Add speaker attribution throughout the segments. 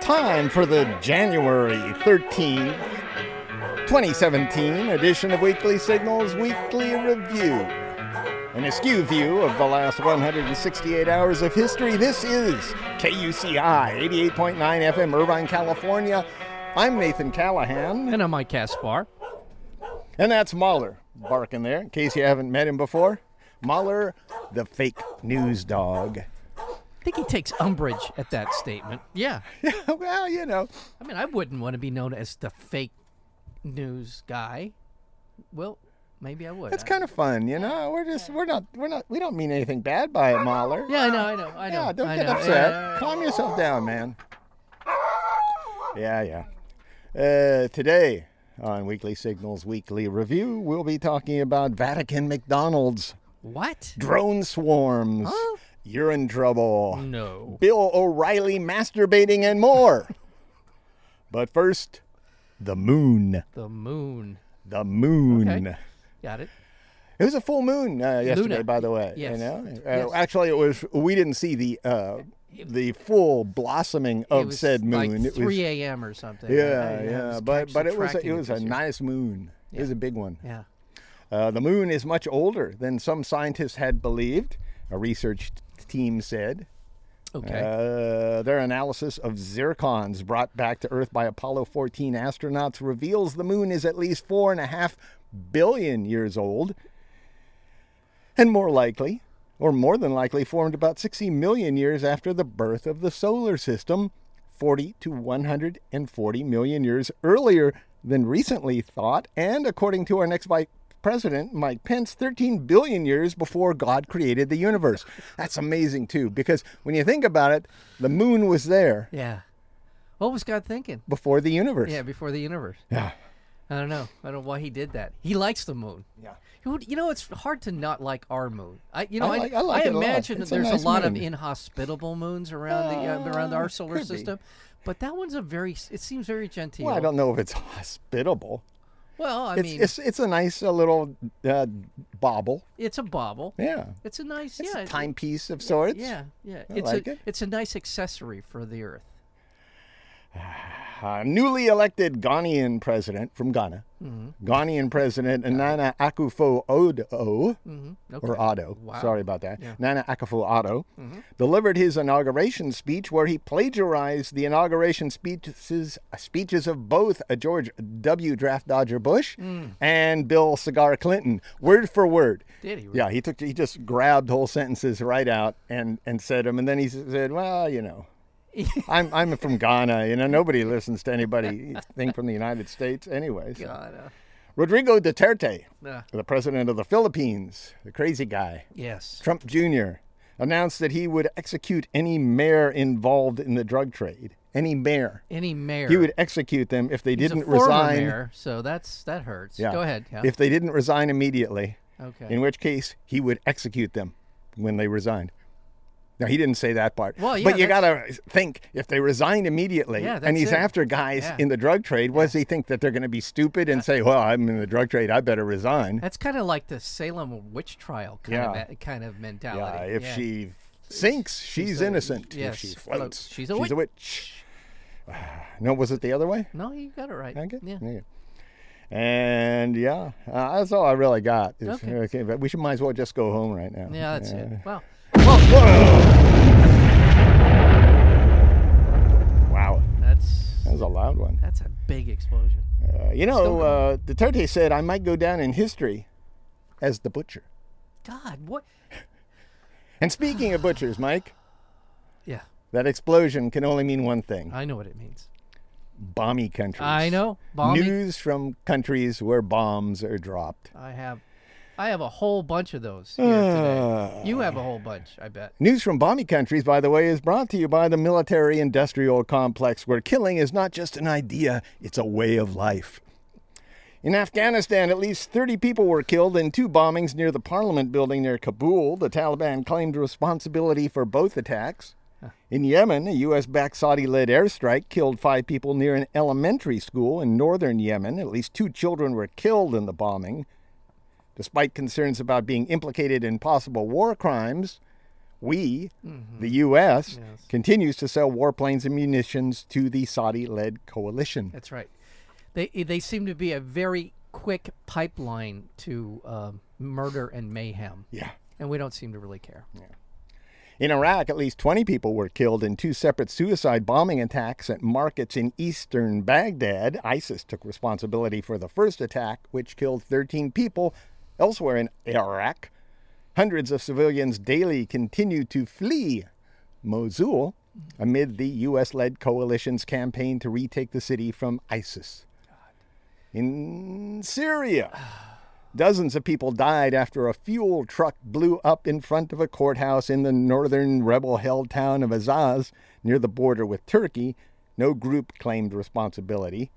Speaker 1: time for the January 13th, 2017 edition of Weekly Signals Weekly Review. An askew view of the last 168 hours of history. This is KUCI 88.9 FM, Irvine, California. I'm Nathan Callahan,
Speaker 2: And I'm Mike Caspar.
Speaker 1: and that's Mahler barking there, in case you haven't met him before. Mahler, the fake news dog.
Speaker 2: I think he takes umbrage at that statement. Yeah.
Speaker 1: well, you know.
Speaker 2: I mean, I wouldn't want to be known as the fake news guy. Well, maybe I would.
Speaker 1: It's kind of fun, you know. We're just we're not we're not we don't mean anything bad by it, Mahler.
Speaker 2: Yeah, I know, I know, I know.
Speaker 1: Yeah, don't
Speaker 2: I
Speaker 1: get
Speaker 2: know.
Speaker 1: upset.
Speaker 2: Yeah, yeah,
Speaker 1: Calm yourself down, man. Yeah, yeah. Uh, today on Weekly Signals Weekly Review, we'll be talking about Vatican McDonald's,
Speaker 2: yeah. What?
Speaker 1: drone swarms,
Speaker 2: Huh?
Speaker 1: urine trouble,
Speaker 2: No.
Speaker 1: Bill O'Reilly masturbating, and more. but first, the moon.
Speaker 2: The moon.
Speaker 1: The moon.
Speaker 2: Okay. Got it.
Speaker 1: It was a full moon uh, yesterday,
Speaker 2: Luna.
Speaker 1: by the way. You
Speaker 2: Yes.
Speaker 1: know, uh,
Speaker 2: Yes.
Speaker 1: actually, it was we didn't see the uh, the full blossoming of
Speaker 2: it was
Speaker 1: said moon.
Speaker 2: Like
Speaker 1: it was
Speaker 2: 3 a.m. or something. I-
Speaker 1: yeah,
Speaker 2: I
Speaker 1: yeah,
Speaker 2: was
Speaker 1: but
Speaker 2: actually
Speaker 1: but it was a,
Speaker 2: tracking
Speaker 1: it was a
Speaker 2: because you-
Speaker 1: nice moon. It was a big one.
Speaker 2: Yeah.
Speaker 1: Uh, the moon is much older than some scientists had believed. A research t- team said.
Speaker 2: Okay.
Speaker 1: Uh, their analysis of zircons brought back to Earth by Apollo 14 astronauts reveals the moon is at least four and a half billion years old, and more likely, or more than likely, formed about 60 million years after the birth of the solar system, 40 to 140 million years earlier than recently thought, and according to our next vice president, Mike Pence, 13 billion years before God created the universe. That's amazing, too, because when you think about it, the moon was there
Speaker 2: yeah. What was God thinking?
Speaker 1: before the universe.
Speaker 2: Yeah, before the universe.
Speaker 1: Yeah.
Speaker 2: I don't know. I don't know why he did that. He likes the moon.
Speaker 1: Yeah.
Speaker 2: He would- You know, it's hard to not like our moon. I, you know,
Speaker 1: I
Speaker 2: I,
Speaker 1: like- I like it a lot.
Speaker 2: imagine
Speaker 1: It's
Speaker 2: that
Speaker 1: a
Speaker 2: there's
Speaker 1: nice
Speaker 2: a lot
Speaker 1: moon.
Speaker 2: of inhospitable moons around the uh, around
Speaker 1: Uh,
Speaker 2: our solar
Speaker 1: could be.
Speaker 2: system, but that one's a very. s- It seems very genteel.
Speaker 1: Well, I don't know if it's hospitable.
Speaker 2: Well, I
Speaker 1: It's,
Speaker 2: mean, it's,
Speaker 1: it's, it's a nice uh, little uh, bauble.
Speaker 2: a bauble.
Speaker 1: Yeah.
Speaker 2: It's a nice.
Speaker 1: It's
Speaker 2: yeah,
Speaker 1: a
Speaker 2: it-
Speaker 1: timepiece of sorts.
Speaker 2: Yeah, yeah.
Speaker 1: I
Speaker 2: it's
Speaker 1: like
Speaker 2: a
Speaker 1: it.
Speaker 2: it's a nice accessory for the Earth.
Speaker 1: Uh, newly elected Ghanaian president from Ghana,
Speaker 2: Mm-hmm.
Speaker 1: Ghanaian president Nana Akufo Odo,
Speaker 2: Mm-hmm. Okay.
Speaker 1: or Otto,
Speaker 2: Wow. Mm-hmm.
Speaker 1: sorry about that, Nana Akufo Otto, delivered his inauguration speech where he plagiarized the inauguration speeches, speeches of both uh, George W. Draft Dodger Bush
Speaker 2: Mm.
Speaker 1: and Bill Cigar Clinton, word for word.
Speaker 2: Did he?
Speaker 1: Yeah, he took he just grabbed whole sentences right out and and said them, and then he said, "Well, you know, I'm I'm from Ghana. You know, nobody listens to anybody thing from the United States, anyways."
Speaker 2: God, uh,
Speaker 1: Rodrigo Duterte,
Speaker 2: nah.
Speaker 1: the president of the Philippines, the crazy guy,
Speaker 2: Yes.
Speaker 1: Trump Jr. announced that he would execute any mayor involved in the drug trade. Any mayor,
Speaker 2: Any mayor.
Speaker 1: he would execute them if they
Speaker 2: He's a
Speaker 1: didn't
Speaker 2: former
Speaker 1: resign.
Speaker 2: Mayor, so that's that hurts.
Speaker 1: Yeah.
Speaker 2: Go ahead. Yeah.
Speaker 1: If they didn't resign immediately,
Speaker 2: okay.
Speaker 1: in which case he would execute them when they resigned. Now he didn't say that part.
Speaker 2: Well, yeah,
Speaker 1: but you gotta
Speaker 2: that's-
Speaker 1: think if they resign immediately,
Speaker 2: Yeah,
Speaker 1: and
Speaker 2: that's
Speaker 1: he's
Speaker 2: it.
Speaker 1: after guys
Speaker 2: Yeah.
Speaker 1: in the drug trade, what does he think that they're gonna be stupid and say, "Well, I'm in the drug trade, I better resign."
Speaker 2: That's kind of like the Salem witch trial kind
Speaker 1: Yeah.
Speaker 2: of a- kind of
Speaker 1: Yeah,
Speaker 2: mentality.
Speaker 1: if she sinks, she's,
Speaker 2: a-
Speaker 1: innocent.
Speaker 2: yes,
Speaker 1: if she
Speaker 2: floats,
Speaker 1: floats,
Speaker 2: she's a
Speaker 1: she's a witch. no, was it the other way?
Speaker 2: no, you got it right.
Speaker 1: Okay.
Speaker 2: Yeah.
Speaker 1: Okay. And yeah, uh, that's all I really got. Is-
Speaker 2: Okay.
Speaker 1: but we should might as well just go home right now.
Speaker 2: Yeah, that's it. Wow.
Speaker 1: Wow,
Speaker 2: That's
Speaker 1: that was a loud one.
Speaker 2: that's a big explosion.
Speaker 1: Uh, you know, uh, Duterte said, I might go down in history as the butcher.
Speaker 2: God, what?
Speaker 1: And speaking of butchers, Mike,
Speaker 2: Yeah,
Speaker 1: that explosion can only mean one thing
Speaker 2: I know what it means.
Speaker 1: bomby countries.
Speaker 2: I know. Bombing.
Speaker 1: News from countries where bombs are dropped.
Speaker 2: I have I have a whole bunch of those here
Speaker 1: Ah.
Speaker 2: today. You have a whole bunch, I bet.
Speaker 1: News from bomby countries, by the way, is brought to you by the military industrial complex where killing is not just an idea, it's a way of life. In Afghanistan, at least 30 people were killed in two bombings near the parliament building near Kabul. The Taliban claimed responsibility for both attacks. In Yemen, a U.S. backed Saudi led airstrike killed five people near an elementary school in northern Yemen. At least two children were killed in the bombing. Despite concerns about being implicated in possible war crimes, we, the U.S.,
Speaker 2: Yes.
Speaker 1: continues to sell warplanes and munitions to the Saudi led coalition.
Speaker 2: That's right. They they seem to be a very quick pipeline to um, murder and mayhem,
Speaker 1: Yeah.
Speaker 2: and we don't seem to really care.
Speaker 1: In Iraq, at least 20 people were killed in two separate suicide bombing attacks at markets in eastern Baghdad. ISIS took responsibility for the first attack, which killed 13 people. Elsewhere in Iraq, hundreds of civilians daily continue to flee Mosul amid the U.S. led coalition's campaign to retake the city from ISIS. In Syria, Dozens of people died after a fuel truck blew up in front of a courthouse in the northern rebel held town of Azaz near the border with Turkey. No group claimed responsibility.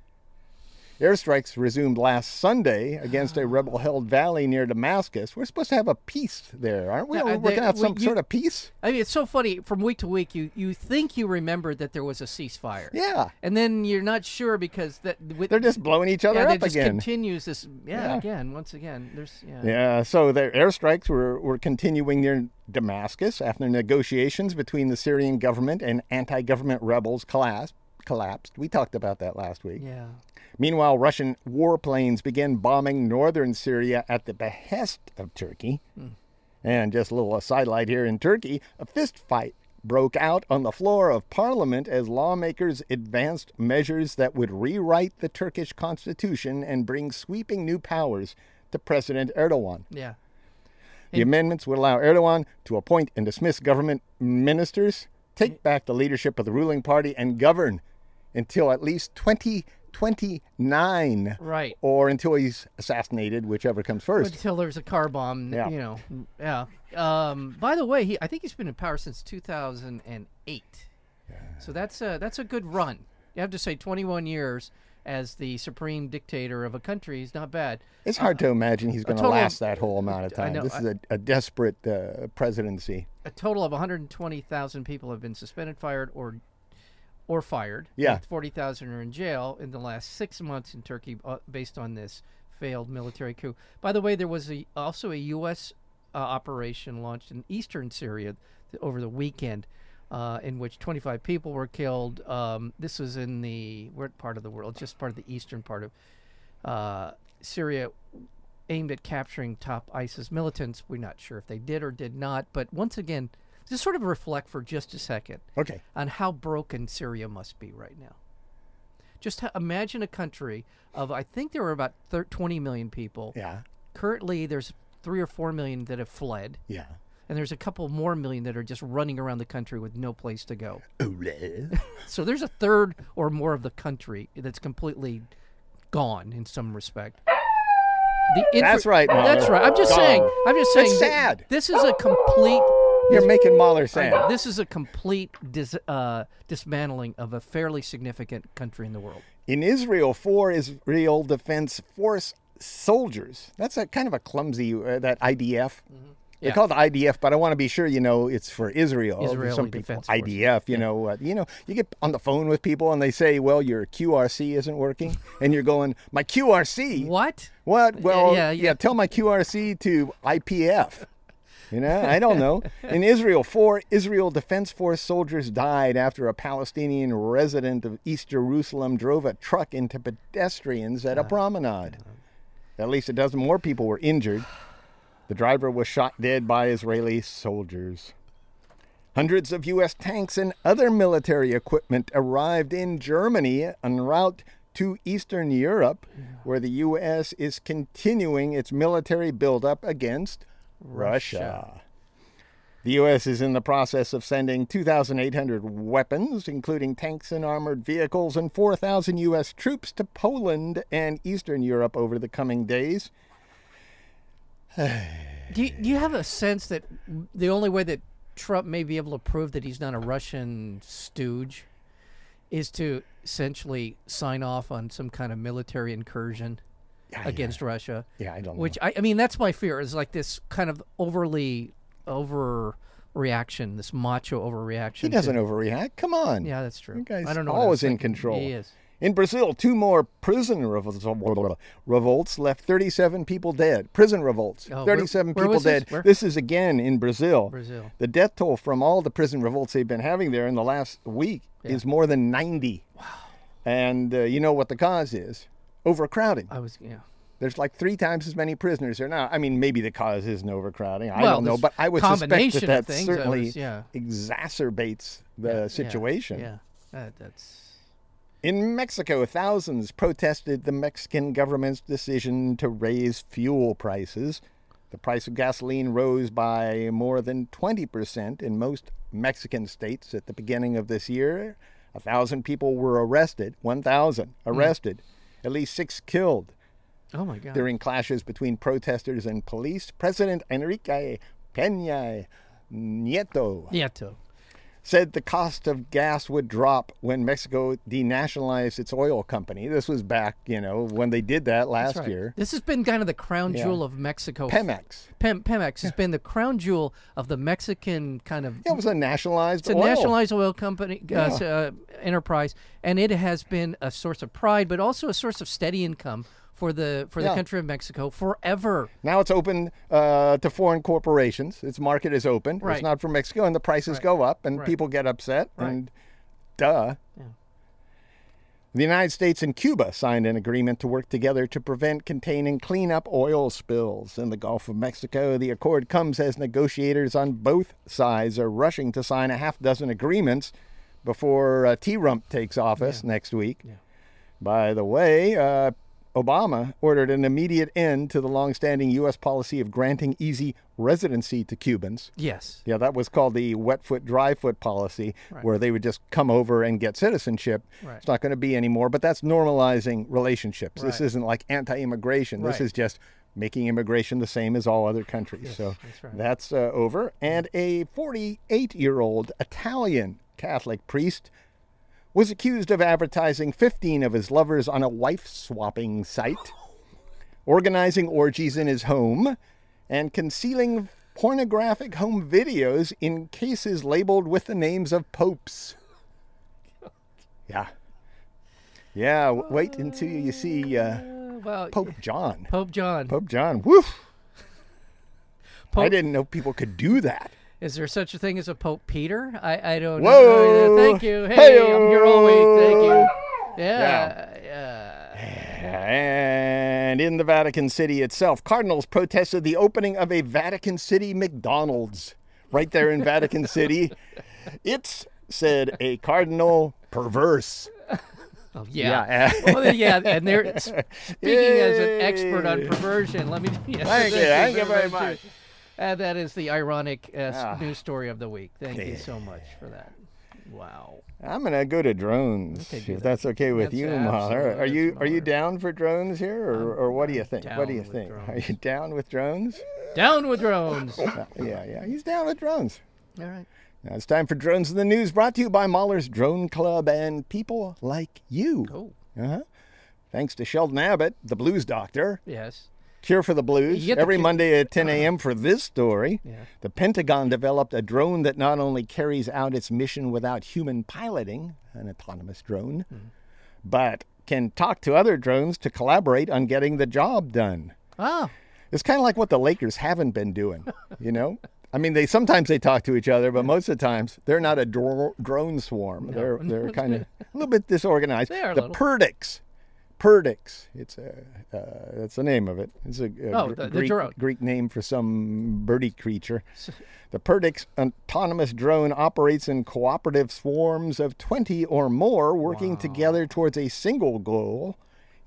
Speaker 1: Airstrikes resumed last Sunday against a rebel held valley near Damascus. We're supposed to have a peace there, aren't we?
Speaker 2: Yeah,
Speaker 1: Are we
Speaker 2: uh,
Speaker 1: working
Speaker 2: they-
Speaker 1: out
Speaker 2: we-
Speaker 1: some
Speaker 2: you-
Speaker 1: sort of peace?
Speaker 2: I mean, it's so funny. From week to week, you you think you remember that there was a ceasefire,
Speaker 1: Yeah.
Speaker 2: and then you're not sure because that with,
Speaker 1: They're just blowing each other
Speaker 2: yeah,
Speaker 1: up
Speaker 2: that just
Speaker 1: again.
Speaker 2: continues this. Yeah,
Speaker 1: Yeah.
Speaker 2: again, once again, there's yeah.
Speaker 1: Yeah, so their airstrikes were, were continuing near Damascus after negotiations between the Syrian government and anti government rebels collapsed. collapsed. We talked about that last week.
Speaker 2: Yeah.
Speaker 1: Meanwhile, Russian warplanes began bombing northern Syria at the behest of Turkey. And just a little sidelight here in Turkey, a fist fight broke out on the floor of parliament as lawmakers advanced measures that would rewrite the Turkish constitution and bring sweeping new powers to President Erdogan.
Speaker 2: yeah.
Speaker 1: The amendments would allow Erdogan to appoint and dismiss government ministers,
Speaker 2: Mm.
Speaker 1: take back the leadership of the ruling party, and govern until at least 2029
Speaker 2: Right.
Speaker 1: or until he's assassinated, whichever comes first.
Speaker 2: Until there's a car bomb,
Speaker 1: Yeah.
Speaker 2: you know. Yeah. Um, by the way, he I think he's been in power since 2008. So that's a that's a good run. You have to say 21 years as the supreme dictator of a country is not bad.
Speaker 1: It's hard to imagine he's going to
Speaker 2: uh, total-
Speaker 1: last that whole amount of time.
Speaker 2: know,
Speaker 1: This
Speaker 2: I-
Speaker 1: is a, a desperate uh, presidency.
Speaker 2: A total of 120,000 people have been suspended, fired, or or fired.
Speaker 1: Yeah.
Speaker 2: 40,000 are in jail in the last six months in Turkey uh, based on this failed military coup. By the way, there was a, also a U.S. Uh, operation launched in eastern Syria th- over the weekend. Uh, in which 25 people were killed. Um, this was in the what part of the world? Just part of the eastern part of uh, Syria, aimed at capturing top ISIS militants. We're not sure if they did or did not. But once again, just sort of reflect for just a second
Speaker 1: Okay.
Speaker 2: on how broken Syria must be right now. Just ha- imagine a country of, I think there were about thir- 20 million people.
Speaker 1: Yeah.
Speaker 2: Currently, there's three or four million that have fled,
Speaker 1: Yeah.
Speaker 2: and there's a couple more million that are just running around the country with no place to go.
Speaker 1: Ole.
Speaker 2: So there's a third or more of the country that's completely gone in some respect. The infra-
Speaker 1: That's right, Mama.
Speaker 2: That's right. I'm just
Speaker 1: Gone.
Speaker 2: saying. I'm just saying.
Speaker 1: It's
Speaker 2: th-
Speaker 1: sad.
Speaker 2: This is a complete.
Speaker 1: You're making Mahler sad.
Speaker 2: This is a complete dis, uh, dismantling of a fairly significant country in the world.
Speaker 1: In Israel, four Israel Defense Force soldiers. That's a kind of a clumsy uh, that IDF. They
Speaker 2: Mm-hmm. Yeah.
Speaker 1: call it IDF, but I want to be sure you know it's for Israel.
Speaker 2: Israeli
Speaker 1: Some people
Speaker 2: Defense Forces.
Speaker 1: IDF. You know, uh, you know, you get on the phone with people and they say, "Well, your QRC isn't working," and you're going, "My QRC?
Speaker 2: What?
Speaker 1: What? Well,
Speaker 2: yeah,
Speaker 1: yeah,
Speaker 2: yeah.
Speaker 1: tell my QRC to IPF. You know, I don't know. In Israel, four Israel Defense Force soldiers died after a Palestinian resident of East Jerusalem drove a truck into pedestrians
Speaker 2: Ah.
Speaker 1: at a promenade. At least a dozen more people were injured. The driver was shot dead by Israeli soldiers. Hundreds of U.S. tanks and other military equipment arrived in Germany en route to Eastern Europe, where the U.S. is continuing its military buildup against Russia. The U.S. is in the process of sending 2,800 weapons, including tanks and armored vehicles, and 4,000 U.S. troops to Poland and Eastern Europe over the coming days.
Speaker 2: Do you, do you have a sense that the only way that Trump may be able to prove that he's not a Russian stooge is to essentially sign off on some kind of military incursion against Russia?
Speaker 1: Yeah, I don't know.
Speaker 2: Which I, I mean, that's my fear is like this kind of overly overreaction, this macho overreaction.
Speaker 1: He doesn't overreact. Come on.
Speaker 2: Yeah, that's true.
Speaker 1: That guy's
Speaker 2: I don't know. what I
Speaker 1: always
Speaker 2: was
Speaker 1: in
Speaker 2: thinking.
Speaker 1: control.
Speaker 2: He is.
Speaker 1: In Brazil, two more prison revol- revolts left 37 people dead. Prison revolts,
Speaker 2: Oh, where-
Speaker 1: 37
Speaker 2: where
Speaker 1: people
Speaker 2: was this?
Speaker 1: dead.
Speaker 2: Where?
Speaker 1: This is again in Brazil.
Speaker 2: Brazil.
Speaker 1: The death toll from all the prison revolts they've been having there in the last week is more than 90. Wow. And uh, you know what the cause is? Overcrowding.
Speaker 2: I was yeah.
Speaker 1: There's like three times as many prisoners there now. I mean, maybe the cause isn't overcrowding. I
Speaker 2: Well,
Speaker 1: don't know,
Speaker 2: this
Speaker 1: but I would suspect that
Speaker 2: combination of
Speaker 1: that
Speaker 2: things, I
Speaker 1: certainly
Speaker 2: was- yeah.
Speaker 1: exacerbates the situation.
Speaker 2: Yeah, that, that's
Speaker 1: In Mexico, thousands protested the Mexican government's decision to raise fuel prices. The price of gasoline rose by more than 20% in most Mexican states at the beginning of this year. A thousand people were arrested, 1,000 arrested, at least six killed
Speaker 2: oh my god.
Speaker 1: during clashes between protesters and police. President Enrique Peña Nieto
Speaker 2: Nieto.
Speaker 1: said the cost of gas would drop when Mexico denationalized its oil company. This was back, you know, when they did that last
Speaker 2: That's right.
Speaker 1: year.
Speaker 2: This has been kind of the crown jewel of Mexico.
Speaker 1: Pemex.
Speaker 2: Pem- Pemex has been the crown jewel of the Mexican kind of
Speaker 1: It was a nationalized
Speaker 2: It's a
Speaker 1: oil.
Speaker 2: nationalized oil company uh, s- uh, enterprise, and it has been a source of pride, but also a source of steady income for the for
Speaker 1: Yeah.
Speaker 2: the country of Mexico forever.
Speaker 1: now it's open uh, to foreign corporations. Its market is open. It's
Speaker 2: Right.
Speaker 1: not for Mexico, and the prices go up, and
Speaker 2: Right.
Speaker 1: people get upset, and duh. The United States and Cuba signed an agreement to work together to prevent, contain, and clean up oil spills in the Gulf of Mexico. The accord comes as negotiators on both sides are rushing to sign a half dozen agreements before uh, T Rump takes office next week. By the way, uh, Obama ordered an immediate end to the longstanding U.S. policy of granting easy residency to Cubans.
Speaker 2: Yes,
Speaker 1: Yeah, that was called the wet foot, dry foot policy, where they would just come over and get citizenship.
Speaker 2: Right.
Speaker 1: It's not going to be anymore, but that's normalizing relationships. This
Speaker 2: Right.
Speaker 1: isn't like anti immigration. This
Speaker 2: Right.
Speaker 1: is just making immigration the same as all other countries. so
Speaker 2: that's right.
Speaker 1: uh, over. And a 48 year old Italian Catholic priest was accused of advertising 15 of his lovers on a wife swapping site, organizing orgies in his home, and concealing pornographic home videos in cases labeled with the names of popes. Yeah. Yeah, w- wait until you see uh,
Speaker 2: Uh, well,
Speaker 1: Pope John.
Speaker 2: Pope John.
Speaker 1: Pope John. Woof. I
Speaker 2: Pope-
Speaker 1: didn't know people could do that.
Speaker 2: Is there such a thing as a Pope Peter? I, I don't
Speaker 1: Whoa.
Speaker 2: know. Thank you. Hey, I'm here all week. Thank
Speaker 1: Hey-o.
Speaker 2: you. Yeah. yeah.
Speaker 1: And in the Vatican City itself, cardinals protested the opening of a Vatican City McDonald's right there in Vatican City. It's, said a cardinal, perverse.
Speaker 2: Oh, yeah.
Speaker 1: Yeah.
Speaker 2: well, yeah, and they're s- speaking as an expert on
Speaker 1: Yay.
Speaker 2: perversion. Let me. Yeah,
Speaker 1: Thank you. Thank you very much.
Speaker 2: Uh, that is the ironic uh, s-
Speaker 1: Ah.
Speaker 2: news story of the week. Thank you so much for that. Wow.
Speaker 1: I'm gonna go to drones
Speaker 2: Okay, do
Speaker 1: if
Speaker 2: that.
Speaker 1: that's okay with
Speaker 2: That's
Speaker 1: you, Mahler. Are
Speaker 2: absolutely-
Speaker 1: you
Speaker 2: that's
Speaker 1: are you
Speaker 2: Mahler.
Speaker 1: down for drones here, or, or what do you think? What do
Speaker 2: down
Speaker 1: you
Speaker 2: with
Speaker 1: think? Are
Speaker 2: drones.
Speaker 1: you down with drones?
Speaker 2: Down with drones. All
Speaker 1: Uh, yeah, yeah, he's down with drones.
Speaker 2: right.
Speaker 1: Now it's time for drones in the news, brought to you by Mahler's Drone Club and people like you.
Speaker 2: Oh,
Speaker 1: Uh-huh. Thanks to Sheldon Abbott, the Blues Doctor,
Speaker 2: yes.
Speaker 1: Cure for the Blues,
Speaker 2: You get the
Speaker 1: every
Speaker 2: cu-
Speaker 1: Monday at 10 a.m. for this story.
Speaker 2: Yeah.
Speaker 1: The Pentagon developed a drone that not only carries out its mission without human piloting, an autonomous drone,
Speaker 2: Mm-hmm.
Speaker 1: but can talk to other drones to collaborate on getting the job done.
Speaker 2: Oh,
Speaker 1: It's kind of like what the Lakers haven't been doing, you know? I mean, they sometimes they talk to each other, but most of the times they're not a dro- drone swarm. They're they're kind of a little bit disorganized.
Speaker 2: They are a
Speaker 1: the
Speaker 2: little.
Speaker 1: Perdix, Perdix. It's a uh, that's the name of it. It's a, a
Speaker 2: Oh,
Speaker 1: Gr-
Speaker 2: the- the
Speaker 1: Greek,
Speaker 2: drone.
Speaker 1: Greek name for some birdie creature. The Perdix autonomous drone operates in cooperative swarms of 20 or more, working together towards a single goal.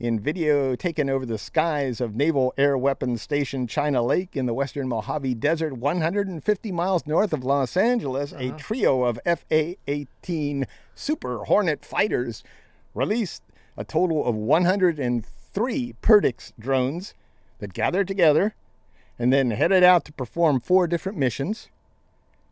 Speaker 1: In video taken over the skies of Naval Air Weapons Station China Lake in the western Mojave Desert, 150 miles north of Los Angeles, a trio of FA 18 Super Hornet fighters released a total of 103 Perdix drones that gathered together and then headed out to perform four different missions.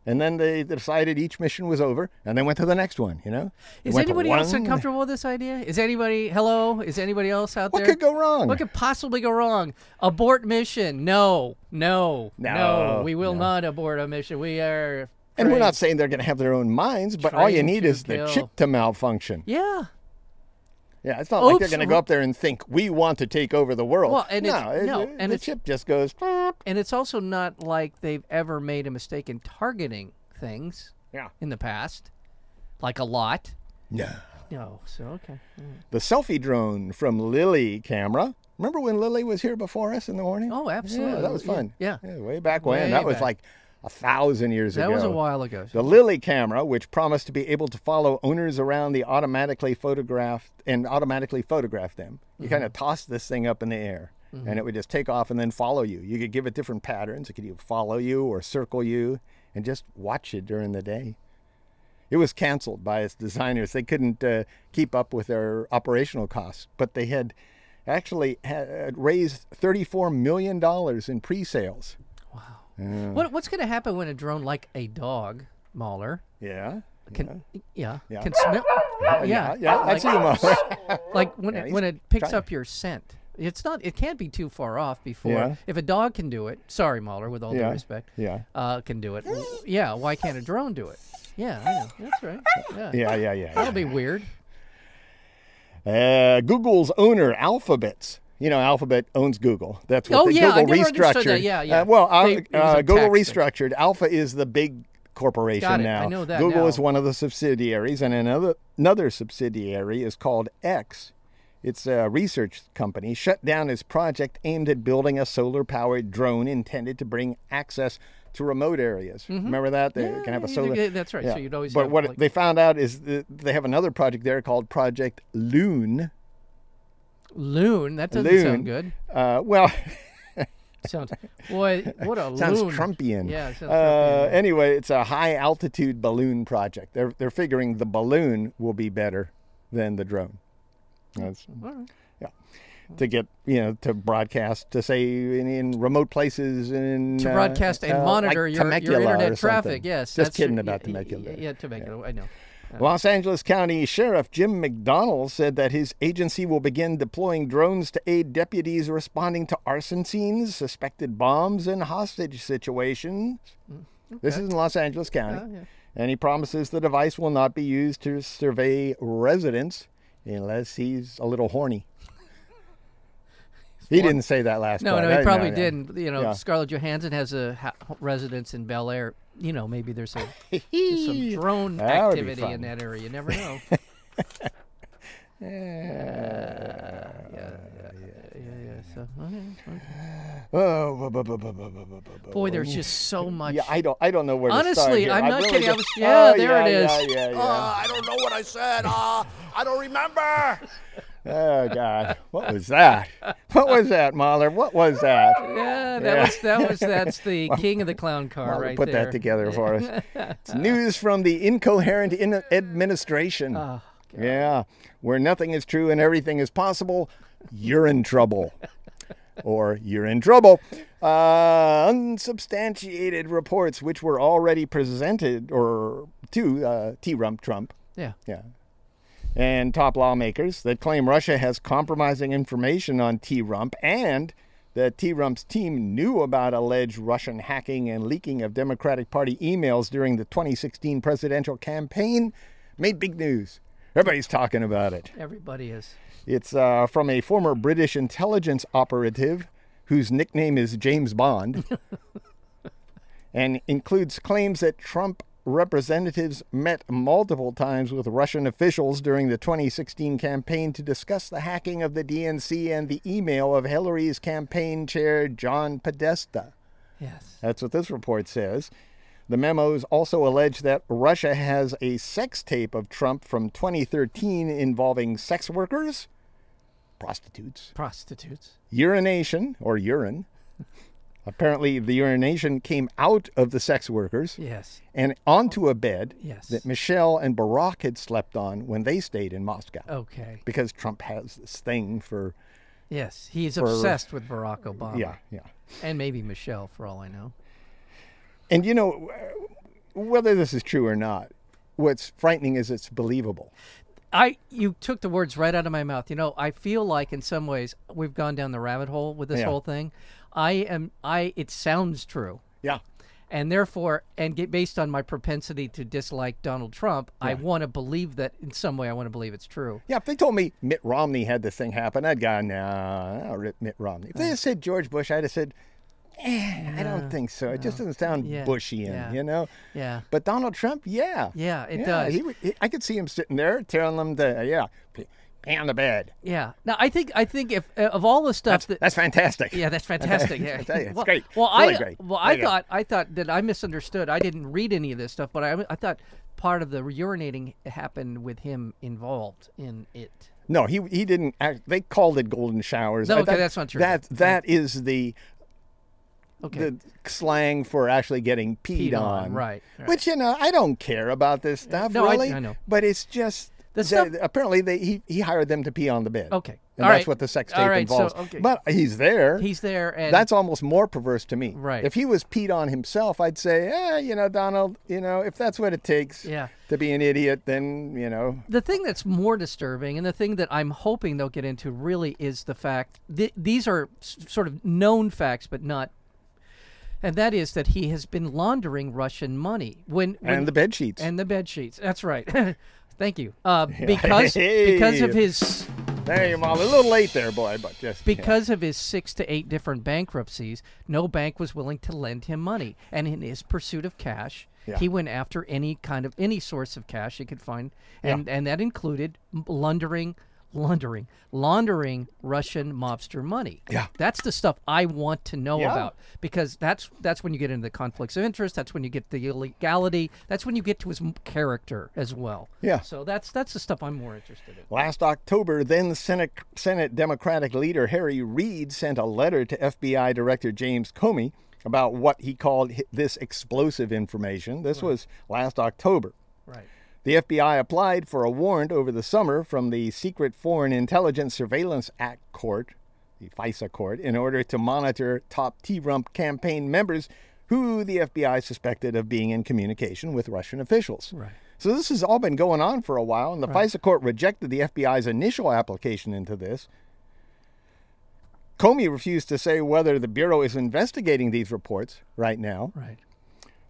Speaker 1: And then they decided each mission was over, and then went to the next one. You know, They
Speaker 2: is
Speaker 1: went to
Speaker 2: anybody else
Speaker 1: one-
Speaker 2: uncomfortable with this idea? Is anybody? Hello. Is anybody else out
Speaker 1: What
Speaker 2: there?
Speaker 1: could go wrong?
Speaker 2: What could possibly go wrong? Abort mission. No, no, no.
Speaker 1: No,
Speaker 2: we will not abort a mission. We are.
Speaker 1: And we're
Speaker 2: trained-
Speaker 1: not saying they're going to have their own minds, but all you
Speaker 2: Trained
Speaker 1: need
Speaker 2: to
Speaker 1: is the
Speaker 2: kill.
Speaker 1: chick to malfunction.
Speaker 2: Yeah.
Speaker 1: Yeah, it's not like they're
Speaker 2: Oops.
Speaker 1: going to go up there and think we want to take over the world.
Speaker 2: Well, and
Speaker 1: no,
Speaker 2: it's-
Speaker 1: it-
Speaker 2: no,
Speaker 1: it-
Speaker 2: and
Speaker 1: the
Speaker 2: it's-
Speaker 1: chip just goes. "Beep."
Speaker 2: And it's also not like they've ever made a mistake in targeting things
Speaker 1: Yeah.
Speaker 2: in the past, like a lot.
Speaker 1: No.
Speaker 2: No, so okay.
Speaker 1: The selfie drone from Lily Camera. Remember when Lily was here before us in the morning?
Speaker 2: Oh, absolutely.
Speaker 1: Yeah, that was
Speaker 2: Yeah,
Speaker 1: fun.
Speaker 2: yeah.
Speaker 1: way back when.
Speaker 2: Way
Speaker 1: that was
Speaker 2: back.
Speaker 1: like a thousand years
Speaker 2: That
Speaker 1: ago.
Speaker 2: was a while ago.
Speaker 1: The Lily camera, which promised to be able to follow owners around the automatically photographed and automatically photograph them. You kind of toss this thing up in the air and it would just take off and then follow you. You could give it different patterns. It could either follow you or circle you and just watch you during the day. It was canceled by its designers. They couldn't uh, keep up with their operational costs, but they had actually had raised $34 million in pre sales.
Speaker 2: What, what's going to happen when a drone like a dog, Mauler,
Speaker 1: Yeah.
Speaker 2: can yeah,
Speaker 1: Yeah.
Speaker 2: can smell Oh, yeah
Speaker 1: Yeah, yeah, I
Speaker 2: like,
Speaker 1: see you, Mom.
Speaker 2: like when
Speaker 1: Yeah,
Speaker 2: it,
Speaker 1: he's
Speaker 2: when it picks
Speaker 1: trying.
Speaker 2: up your scent it's not it can't be too far off before
Speaker 1: Yeah.
Speaker 2: if a dog can do it sorry Mahler with all
Speaker 1: Yeah,
Speaker 2: due respect
Speaker 1: yeah.
Speaker 2: uh, can do it w- yeah why can't a drone do it yeah I know. that's right yeah,
Speaker 1: Yeah, yeah, yeah.
Speaker 2: that'll be weird
Speaker 1: Uh, Google's owner, Alphabet's. You know, Alphabet owns Google. That's what
Speaker 2: Oh,
Speaker 1: the
Speaker 2: yeah, I
Speaker 1: Google
Speaker 2: never
Speaker 1: restructured.
Speaker 2: understood that. Yeah, yeah.
Speaker 1: Uh, well, Al-
Speaker 2: They- it was
Speaker 1: uh,
Speaker 2: a
Speaker 1: Google
Speaker 2: tax thing.
Speaker 1: restructured. Alpha is the big corporation
Speaker 2: Got it.
Speaker 1: now.
Speaker 2: I know that
Speaker 1: Google
Speaker 2: now.
Speaker 1: is one of the subsidiaries, and another another subsidiary is called X. It's a research company shut down its project aimed at building a solar-powered drone intended to bring access to remote areas.
Speaker 2: Mm-hmm.
Speaker 1: Remember that they
Speaker 2: Yeah,
Speaker 1: can have a
Speaker 2: you-
Speaker 1: solar.
Speaker 2: yeah, that's right. So you'd always
Speaker 1: But
Speaker 2: have,
Speaker 1: what
Speaker 2: like-
Speaker 1: they found out is that they have another project there called Project Loon.
Speaker 2: loon that doesn't
Speaker 1: Loon.
Speaker 2: sound good
Speaker 1: Uh, well,
Speaker 2: sounds boy what a
Speaker 1: sounds
Speaker 2: loon
Speaker 1: Trumpian.
Speaker 2: yeah it sounds
Speaker 1: Uh,
Speaker 2: Trumpian.
Speaker 1: anyway, it's a high altitude balloon project. They're they're figuring the balloon will be better than the drone. That's
Speaker 2: Hmm. All right.
Speaker 1: yeah. To get you know to broadcast to say in, in remote places uh, and
Speaker 2: to broadcast and monitor your, your internet traffic yes
Speaker 1: just
Speaker 2: that's-
Speaker 1: kidding about
Speaker 2: yeah,
Speaker 1: Temecula.
Speaker 2: yeah, yeah Temecula I know
Speaker 1: Los Angeles County Sheriff Jim McDonald said that his agency will begin deploying drones to aid deputies responding to arson scenes, suspected bombs, and hostage situations. This is in Los Angeles County.
Speaker 2: Mm, Oh, yeah.
Speaker 1: And he promises the device will not be used to survey residents unless he's a little horny. He didn't say that last
Speaker 2: No,
Speaker 1: part.
Speaker 2: no,
Speaker 1: I-
Speaker 2: he probably
Speaker 1: no.
Speaker 2: didn't. You know,
Speaker 1: Yeah.
Speaker 2: Scarlett Johansson has a ha- residence in Bel Air. You know, maybe there's some, there's some drone
Speaker 1: That would be
Speaker 2: activity
Speaker 1: fun.
Speaker 2: in that area. You never know. yeah, yeah, yeah, yeah. So, okay, okay.
Speaker 1: Oh, bu- bu- bu- bu- bu- bu- bu- bu-
Speaker 2: boy, there's just so much.
Speaker 1: Yeah, I don't. I don't know where to start.
Speaker 2: Honestly,
Speaker 1: here.
Speaker 2: I'm
Speaker 1: I
Speaker 2: not
Speaker 1: really
Speaker 2: kidding. I
Speaker 1: don't-
Speaker 2: was- yeah,
Speaker 1: Oh,
Speaker 2: there it
Speaker 1: yeah,
Speaker 2: is.
Speaker 1: yeah, yeah.
Speaker 3: Oh, I don't know what I said. Uh, I don't remember.
Speaker 1: Oh God, what was that? What was that, Mahler? What was that?
Speaker 2: yeah, that
Speaker 1: Yeah.
Speaker 2: was that was that's the king of the clown car
Speaker 1: Mahler
Speaker 2: right
Speaker 1: put
Speaker 2: there.
Speaker 1: that together for us. It's news from the incoherent in- administration.
Speaker 2: Oh,
Speaker 1: yeah, where nothing is true and everything is possible, you're in trouble. or you're in trouble. Uh, unsubstantiated reports, which were already presented or to uh, T. Rump Trump.
Speaker 2: Yeah.
Speaker 1: Yeah. And top lawmakers that claim Russia has compromising information on T Rump and that T Rump's team knew about alleged Russian hacking and leaking of Democratic Party emails during the 2016 presidential campaign made big news. Everybody's talking about it.
Speaker 2: Everybody is.
Speaker 1: It's uh, from a former British intelligence operative whose nickname is James Bond and includes claims that Trump representatives met multiple times with Russian officials during the 2016 campaign to discuss the hacking of the DNC and the email of Hillary's campaign chair, John Podesta.
Speaker 2: Yes.
Speaker 1: That's what this report says. The memos also allege that Russia has a sex tape of Trump from 2013 involving sex workers, prostitutes,
Speaker 2: Prostitutes.
Speaker 1: urination or urine. Apparently, the urination came out of the sex workers
Speaker 2: Yes.
Speaker 1: and onto a bed
Speaker 2: Yes.
Speaker 1: that Michelle and Barack had slept on when they stayed in Moscow.
Speaker 2: Oh. Okay.
Speaker 1: Because Trump has this thing for.
Speaker 2: Yes. He's obsessed with Barack Obama.
Speaker 1: Yeah, yeah.
Speaker 2: And maybe Michelle, for all I know.
Speaker 1: And you know, whether this is true or not, what's frightening is it's believable.
Speaker 2: I you took the words right out of my mouth. You know, I feel like in some ways we've gone down the rabbit hole with this
Speaker 1: Yeah.
Speaker 2: whole thing. I am I it sounds true.
Speaker 1: Yeah.
Speaker 2: and therefore, and get based on my propensity to dislike Donald Trump, I want to believe that in some way. I want to believe it's true.
Speaker 1: Yeah, if they told me Mitt Romney had this thing happen, I'd go, nah, I'll rip Mitt Romney. If they
Speaker 2: Uh.
Speaker 1: had said George Bush, I'd have said, eh, I don't think so. It just doesn't sound
Speaker 2: Yeah,
Speaker 1: Bushian,
Speaker 2: yeah.
Speaker 1: you know?
Speaker 2: Yeah.
Speaker 1: But Donald Trump, yeah.
Speaker 2: Yeah, it
Speaker 1: Yeah,
Speaker 2: does.
Speaker 1: He, would- he, I could see him sitting there telling them to, yeah, p- pee on the bed.
Speaker 2: Yeah. Now I think I think if uh, of all the stuff that
Speaker 1: That's fantastic.
Speaker 2: Yeah, that's fantastic. Yeah,
Speaker 1: I tell you, it's
Speaker 2: well,
Speaker 1: great.
Speaker 2: Well,
Speaker 1: It's really
Speaker 2: I
Speaker 1: great.
Speaker 2: well, I
Speaker 1: Really good.
Speaker 2: thought I thought that I misunderstood. I didn't read any of this stuff, but I I thought part of the urinating happened with him involved in it.
Speaker 1: No, he he didn't. Act, they called it golden showers.
Speaker 2: No,
Speaker 1: I
Speaker 2: okay,
Speaker 1: thought
Speaker 2: that's not true.
Speaker 1: That that is the
Speaker 2: Okay,
Speaker 1: the slang for actually getting peed,
Speaker 2: Peed on, right, right.
Speaker 1: Which you know, I don't care about this stuff
Speaker 2: No, I-
Speaker 1: really.
Speaker 2: I know.
Speaker 1: but it's just
Speaker 2: The
Speaker 1: that-
Speaker 2: stuff-
Speaker 1: apparently they he, he hired them to pee on the bed.
Speaker 2: Okay.
Speaker 1: and
Speaker 2: All
Speaker 1: that's
Speaker 2: right.
Speaker 1: what the sex
Speaker 2: All
Speaker 1: tape
Speaker 2: right, so,
Speaker 1: involves.
Speaker 2: okay.
Speaker 1: But he's there.
Speaker 2: he's there, and
Speaker 1: that's almost more perverse to me.
Speaker 2: Right.
Speaker 1: If he was peed on himself, I'd say, eh, you know, Donald, you know, if that's what it takes
Speaker 2: Yeah.
Speaker 1: to be an idiot, then you know,
Speaker 2: the thing that's more disturbing, and the thing that I'm hoping they'll get into, really is the fact th- these are s- sort of known facts, but not. And that is that he has been laundering Russian money when, when
Speaker 1: and the bed sheets.
Speaker 2: and the bed sheets. That's right. Thank you. Uh, because because of his
Speaker 1: There you Molly. A little late there, boy, but just yeah.
Speaker 2: because of his six to eight different bankruptcies, no bank was willing to lend him money. And in his pursuit of cash,
Speaker 1: Yeah.
Speaker 2: he went after any kind of any source of cash he could find, and and that included m- laundering. Laundering, laundering Russian mobster money.
Speaker 1: Yeah.
Speaker 2: that's the stuff I want to know
Speaker 1: Yeah.
Speaker 2: about because that's that's when you get into the conflicts of interest. That's when you get the illegality. That's when you get to his m- character as well.
Speaker 1: Yeah.
Speaker 2: So that's that's the stuff I'm more interested in.
Speaker 1: Last October, then Senate, Senate Democratic leader Harry Reid sent a letter to FBI Director James Comey about what he called hi- this explosive information. This was last October.
Speaker 2: Right.
Speaker 1: The FBI applied for a warrant over the summer from the Secret Foreign Intelligence Surveillance Act Court, the FISA Court, in order to monitor top T Rump campaign members who the FBI suspected of being in communication with Russian officials. Right. So this has all been going on for a while, and the FISA Court rejected the FBI's initial application into this. Comey refused to say whether the Bureau is investigating these reports right now.
Speaker 2: Right.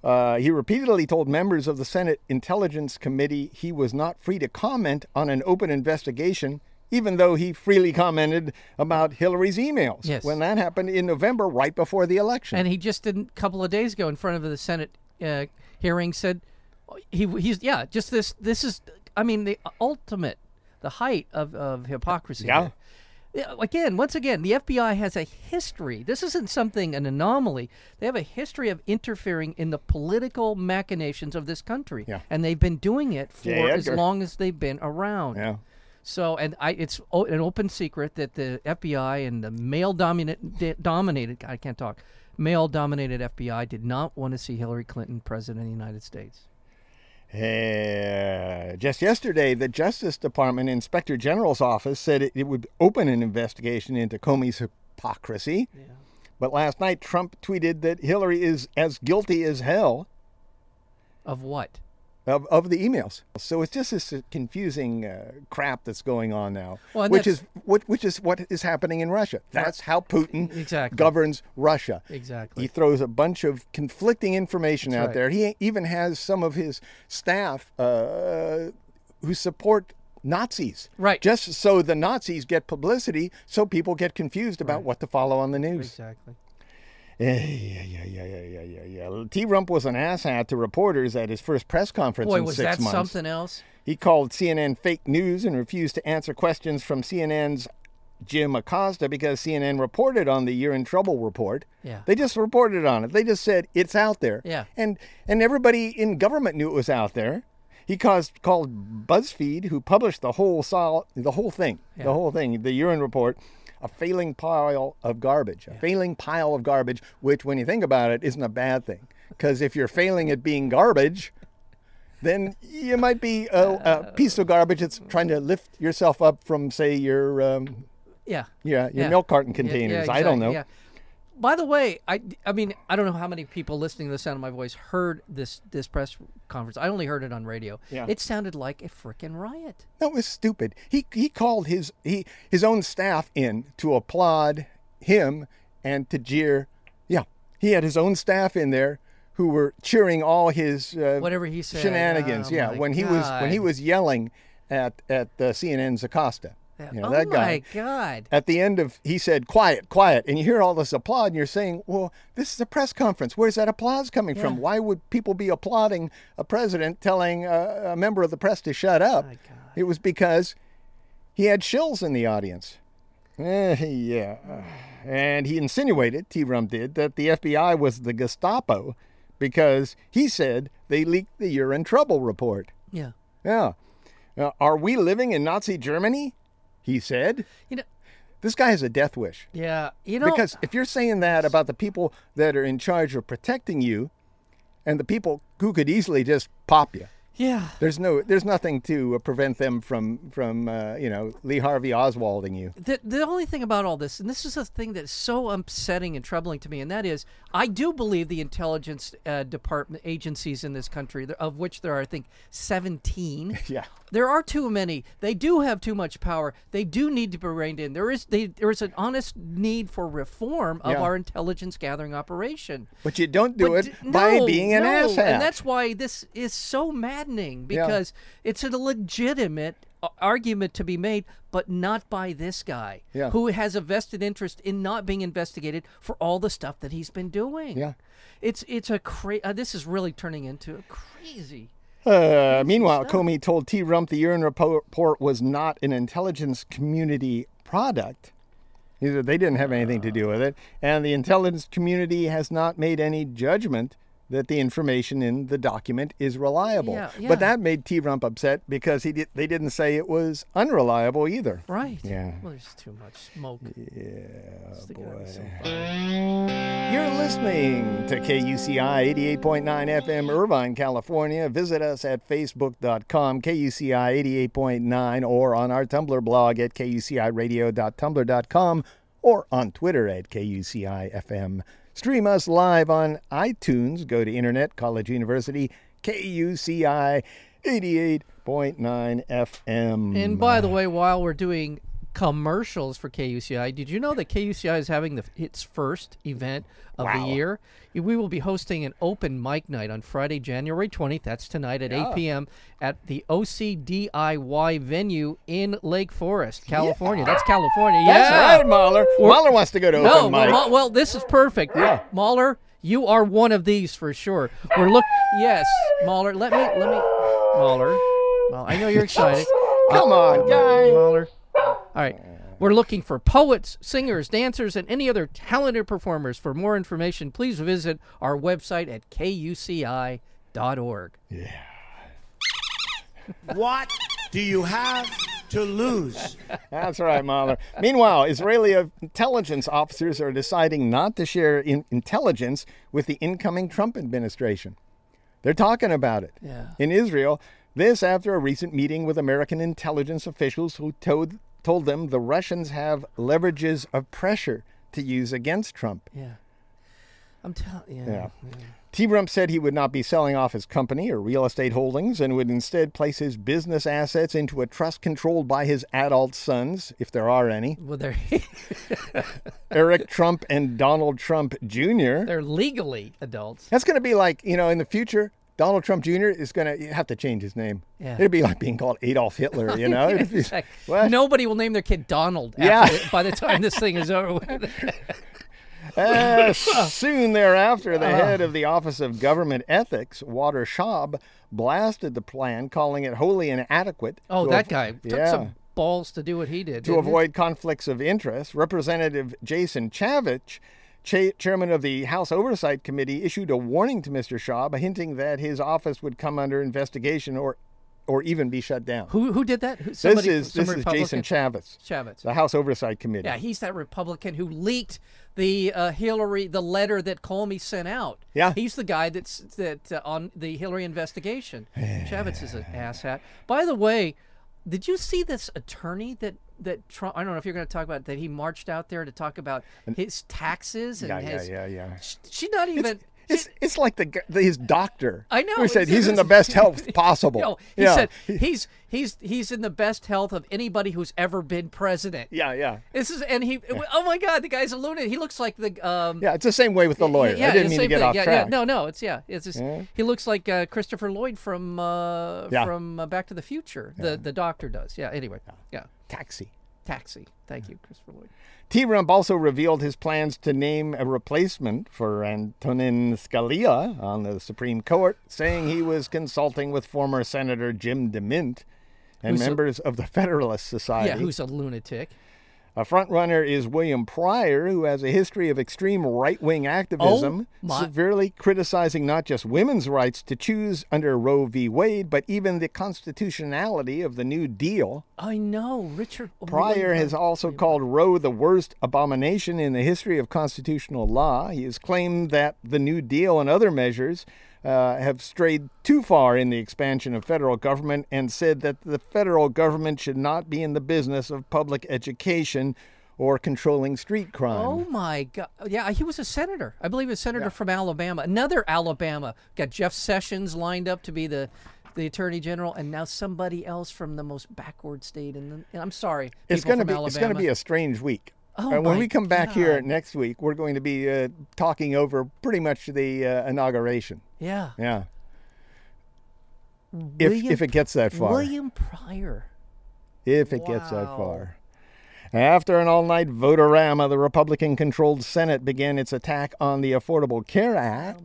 Speaker 1: Uh, he repeatedly told members of the Senate Intelligence Committee he was not free to comment on an open investigation, even though he freely commented about Hillary's emails
Speaker 2: Yes.
Speaker 1: when that happened in November, right before the election.
Speaker 2: And he just didn't a couple of days ago in front of the Senate uh, hearing said oh, he he's yeah just this this is I mean the ultimate the height of of hypocrisy.
Speaker 1: Yeah.
Speaker 2: here. Yeah, Again, once again, the FBI has a history. This isn't something an anomaly. They have a history of interfering in the political machinations of this country,
Speaker 1: Yeah.
Speaker 2: and they've been doing it for
Speaker 1: J.
Speaker 2: as
Speaker 1: Edgar.
Speaker 2: long as they've been around.
Speaker 1: yeah.
Speaker 2: So, and I, it's o- an open secret that the FBI and the male dominant, d- dominated, God, I can't talk, male dominated FBI did not want to see Hillary Clinton president of the United States.
Speaker 1: Uh, just yesterday, the Justice Department Inspector General's office said it, it would open an investigation into Comey's hypocrisy. But last night, Trump tweeted that Hillary is as guilty as hell
Speaker 2: Of what?
Speaker 1: of, of the emails. So it's just this uh, confusing uh, crap that's going on now,
Speaker 2: Well, and
Speaker 1: which
Speaker 2: that's-
Speaker 1: is what which is what is happening in Russia. That's how Putin
Speaker 2: Exactly.
Speaker 1: governs Russia.
Speaker 2: Exactly.
Speaker 1: He throws a bunch of conflicting information out
Speaker 2: right.
Speaker 1: there. He even has some of his staff uh, who support Nazis,
Speaker 2: Right.
Speaker 1: Just so the Nazis get publicity, so people get confused about what to follow on the news.
Speaker 2: Exactly.
Speaker 1: Yeah, yeah, yeah, yeah, yeah, yeah, yeah, yeah. T. Rump was an asshat to reporters at his first press conference
Speaker 2: Boy,
Speaker 1: in
Speaker 2: was
Speaker 1: six
Speaker 2: that
Speaker 1: months.
Speaker 2: something else?
Speaker 1: He called CNN fake news and refused to answer questions from CNN's Jim Acosta because CNN reported on the You're in Trouble report.
Speaker 2: Yeah.
Speaker 1: They just reported on it. They just said it's out there.
Speaker 2: Yeah.
Speaker 1: And and everybody in government knew it was out there. He caused, called BuzzFeed, who published the whole sol- the whole thing, the whole thing, the urine report, a failing pile of garbage, a failing pile of garbage, which, when you think about it, isn't a bad thing, because if you're failing at being garbage, then you might be a,
Speaker 2: Uh,
Speaker 1: a piece of garbage that's trying to lift yourself up from, say, your um,
Speaker 2: Yeah.
Speaker 1: yeah, your
Speaker 2: Yeah.
Speaker 1: milk carton
Speaker 2: Yeah, yeah,
Speaker 1: containers. I don't
Speaker 2: exactly,
Speaker 1: know.
Speaker 2: yeah. By the way, I, I mean I don't know how many people listening to the sound of my voice heard this this press conference. I only heard it on radio.
Speaker 1: Yeah.
Speaker 2: It sounded like a freaking riot.
Speaker 1: That was stupid. He he called his he his own staff in to applaud him and to jeer. Yeah, he had his own staff in there who were cheering all his uh,
Speaker 2: Whatever he said.
Speaker 1: shenanigans.
Speaker 2: Oh,
Speaker 1: yeah,
Speaker 2: my
Speaker 1: when he was when he
Speaker 2: God.
Speaker 1: was yelling at at uh, CNN's Acosta. You know,
Speaker 2: oh
Speaker 1: that guy
Speaker 2: my God.
Speaker 1: at the end of he said quiet quiet and you hear all this applaud and you're saying well this is a press conference where's that applause coming from
Speaker 2: Yeah.
Speaker 1: why would people be applauding a president telling a, a member of the press to shut up
Speaker 2: My God.
Speaker 1: it was because he had shills in the audience Eh, yeah and he insinuated t-rum did that the fbi was the gestapo because he said they leaked the you're in trouble report
Speaker 2: Yeah.
Speaker 1: yeah Uh, are we living in nazi germany he said
Speaker 2: You know.
Speaker 1: this guy has a death wish.
Speaker 2: Yeah. You know.
Speaker 1: Because if you're saying that about the people that are in charge of protecting you and the people who could easily just pop you,
Speaker 2: Yeah.
Speaker 1: there's no, there's nothing to uh, prevent them from, from uh, you know, Lee Harvey Oswalding you.
Speaker 2: the, the only thing about all this, and this is a thing that's so upsetting and troubling to me, and that is, I do believe the intelligence uh, department agencies in this country, there- of which there are, I think, 17.
Speaker 1: Yeah.
Speaker 2: There are too many. They do have too much power. They do need to be reined in. There is they, there is an honest need for reform of
Speaker 1: Yeah.
Speaker 2: our intelligence gathering operation.
Speaker 1: But you don't do
Speaker 2: But
Speaker 1: it
Speaker 2: d-
Speaker 1: by
Speaker 2: no,
Speaker 1: being an
Speaker 2: no,
Speaker 1: asshat.
Speaker 2: And that's why this is so maddening because it's a legitimate a- argument to be made, but not by this guy
Speaker 1: Yeah.
Speaker 2: who has a vested interest in not being investigated for all the stuff that he's been doing.
Speaker 1: Yeah.
Speaker 2: It's it's a cra- uh, this is really turning into a crazy.
Speaker 1: Uh, meanwhile, Comey told T. Rump the urine report was not an intelligence community product. He said They didn't have anything to do with it, and the intelligence community has not made any judgment that the information in the document is reliable.
Speaker 2: Yeah, yeah.
Speaker 1: But that made T. Rump upset because he did, they didn't say it was unreliable either.
Speaker 2: Right.
Speaker 1: Yeah.
Speaker 2: Well, there's too much smoke. Yeah.
Speaker 1: You're listening to KUCI 88.9 FM, Irvine, California. Visit us at facebook.com, KUCI 88.9, or on our Tumblr blog at kuciradio.tumblr.com, or on Twitter at KUCI FM. Stream us live on iTunes. Go to Internet College University, KUCI 88.9 FM.
Speaker 2: And by the way, while we're doing commercials for KUCI, did you know that KUCI is having the, its first event of
Speaker 1: Wow.
Speaker 2: the year? We will be hosting an open mic night on Friday, January 20th. That's tonight at 8 p.m. at the OCDIY venue in Lake Forest, California. That's California.
Speaker 1: That's
Speaker 2: yeah.
Speaker 1: right, Mahler. Mahler wants to go to open
Speaker 2: No,
Speaker 1: mic.
Speaker 2: well, Ma- well, this is perfect.
Speaker 1: Yeah.
Speaker 2: Mahler, you are one of these for sure. We're look. Yes, Mahler. Let me. Let me. Mahler. Well, I know you're excited.
Speaker 1: Come on, guys.
Speaker 2: Mahler. All right. We're looking for poets, singers, dancers, and any other talented performers. For more information, please visit our website at kuci.org.
Speaker 3: What do you have to lose?
Speaker 1: That's right, Mahler. Meanwhile, Israeli intelligence officers are deciding not to share in- intelligence with the incoming Trump administration. They're talking about it
Speaker 2: Yeah.
Speaker 1: in Israel. This after a recent meeting with American intelligence officials who told, told them the Russians have leverages of pressure to use against Trump.
Speaker 2: Yeah. I'm telling you.
Speaker 1: Yeah. T. Rump said he would not be selling off his company or real estate holdings and would instead place his business assets into a trust controlled by his adult sons, if there are any.
Speaker 2: Well, they're,
Speaker 1: Eric Trump and Donald Trump Jr.
Speaker 2: they're legally adults.
Speaker 1: That's going to be like, you know, in the future, Donald Trump Jr. is going to have to change his name.
Speaker 2: Yeah.
Speaker 1: It'd be like being called Adolf Hitler, Oh, you know? It'd be-
Speaker 2: Like,
Speaker 1: what?
Speaker 2: Nobody will name their kid Donald
Speaker 1: Yeah.
Speaker 2: after, by the time this thing is over with.
Speaker 1: Uh, soon thereafter, the
Speaker 2: Uh-huh.
Speaker 1: head of the Office of Government Ethics, Walter Schaub, blasted the plan, calling it wholly inadequate.
Speaker 2: Oh,
Speaker 1: to
Speaker 2: that
Speaker 1: av-
Speaker 2: guy took
Speaker 1: Yeah.
Speaker 2: some balls to do what he did.
Speaker 1: To
Speaker 2: didn't he?
Speaker 1: avoid conflicts of interest, Representative Jason Chavich, cha- chairman of the House Oversight Committee, issued a warning to Mr. Schaub, hinting that his office would come under investigation or, or even be shut down.
Speaker 2: Who, who did that? Who,
Speaker 1: this
Speaker 2: somebody,
Speaker 1: is
Speaker 2: some
Speaker 1: this is
Speaker 2: Republican?
Speaker 1: Jason Chavez,
Speaker 2: Chavez.
Speaker 1: the House Oversight Committee.
Speaker 2: Yeah, he's that Republican who leaked the uh, Hillary the letter that Comey sent out.
Speaker 1: Yeah.
Speaker 2: he's the guy that's that uh, on the Hillary investigation. Chavez is an asshat. By the way, did you see this attorney that? That Trump, I don't know if you're going to talk about that. He marched out there to talk about his taxes and
Speaker 1: yeah, yeah,
Speaker 2: his.
Speaker 1: yeah, yeah.
Speaker 2: Sh- She, not even.
Speaker 1: It's, it's like the, gu- his doctor.
Speaker 2: I know.
Speaker 1: Who said
Speaker 2: it's-
Speaker 1: he's in the best health possible.
Speaker 2: No, he
Speaker 1: yeah.
Speaker 2: said he's he's he's in the best health of anybody who's ever been president.
Speaker 1: yeah, yeah.
Speaker 2: This is and he. Oh my God, the guy's a lunatic. He looks like the um.
Speaker 1: Yeah, it's the same way with the lawyer. I
Speaker 2: the
Speaker 1: didn't mean to
Speaker 2: same
Speaker 1: get
Speaker 2: thing.
Speaker 1: off
Speaker 2: yeah,
Speaker 1: track.
Speaker 2: Yeah, no, no, it's yeah, it's just, he looks like uh, Christopher Lloyd from uh,
Speaker 1: Yeah.
Speaker 2: from uh, Back to the Future. The the doctor does. Yeah. Anyway. Yeah.
Speaker 1: Taxi.
Speaker 2: Taxi. Thank you, Christopher Lloyd.
Speaker 1: T Rump also revealed his plans to name a replacement for Antonin Scalia on the Supreme Court, saying he was consulting with former Senator Jim DeMint and
Speaker 2: Who's a-
Speaker 1: members of the Federalist Society.
Speaker 2: Yeah. Who's a lunatic?
Speaker 1: A frontrunner is William Pryor, who has a history of extreme right wing activism,
Speaker 2: Oh my-
Speaker 1: severely criticizing not just women's rights to choose under Roe v. Wade, but even the constitutionality of the New Deal.
Speaker 2: I know, Richard oh,
Speaker 1: Pryor
Speaker 2: wait,
Speaker 1: has
Speaker 2: uh,
Speaker 1: also called Roe the worst abomination in the history of constitutional law. He has claimed that the New Deal and other measures uh, have strayed too far in the expansion of federal government and said that the federal government should not be in the business of public education or controlling street crime.
Speaker 2: Oh my God! Yeah, he was a senator. I believe a senator from Alabama. Another Alabama got Jeff Sessions lined up to be the the attorney general, and now somebody else from the most backward state. in the- And I'm sorry,
Speaker 1: it's
Speaker 2: people
Speaker 1: going to
Speaker 2: from
Speaker 1: be
Speaker 2: Alabama.
Speaker 1: it's going to be a strange week.
Speaker 2: Oh
Speaker 1: Uh, when
Speaker 2: my
Speaker 1: we come back here
Speaker 2: God.
Speaker 1: next week, we're going to be uh, talking over pretty much the uh, inauguration.
Speaker 2: yeah.
Speaker 1: Yeah. If,
Speaker 2: William-
Speaker 1: if it gets that far.
Speaker 2: William Pryor.
Speaker 1: if it gets that
Speaker 2: Wow.
Speaker 1: far. After an all night votorama, the Republican controlled Senate began its attack on the Affordable Care Act,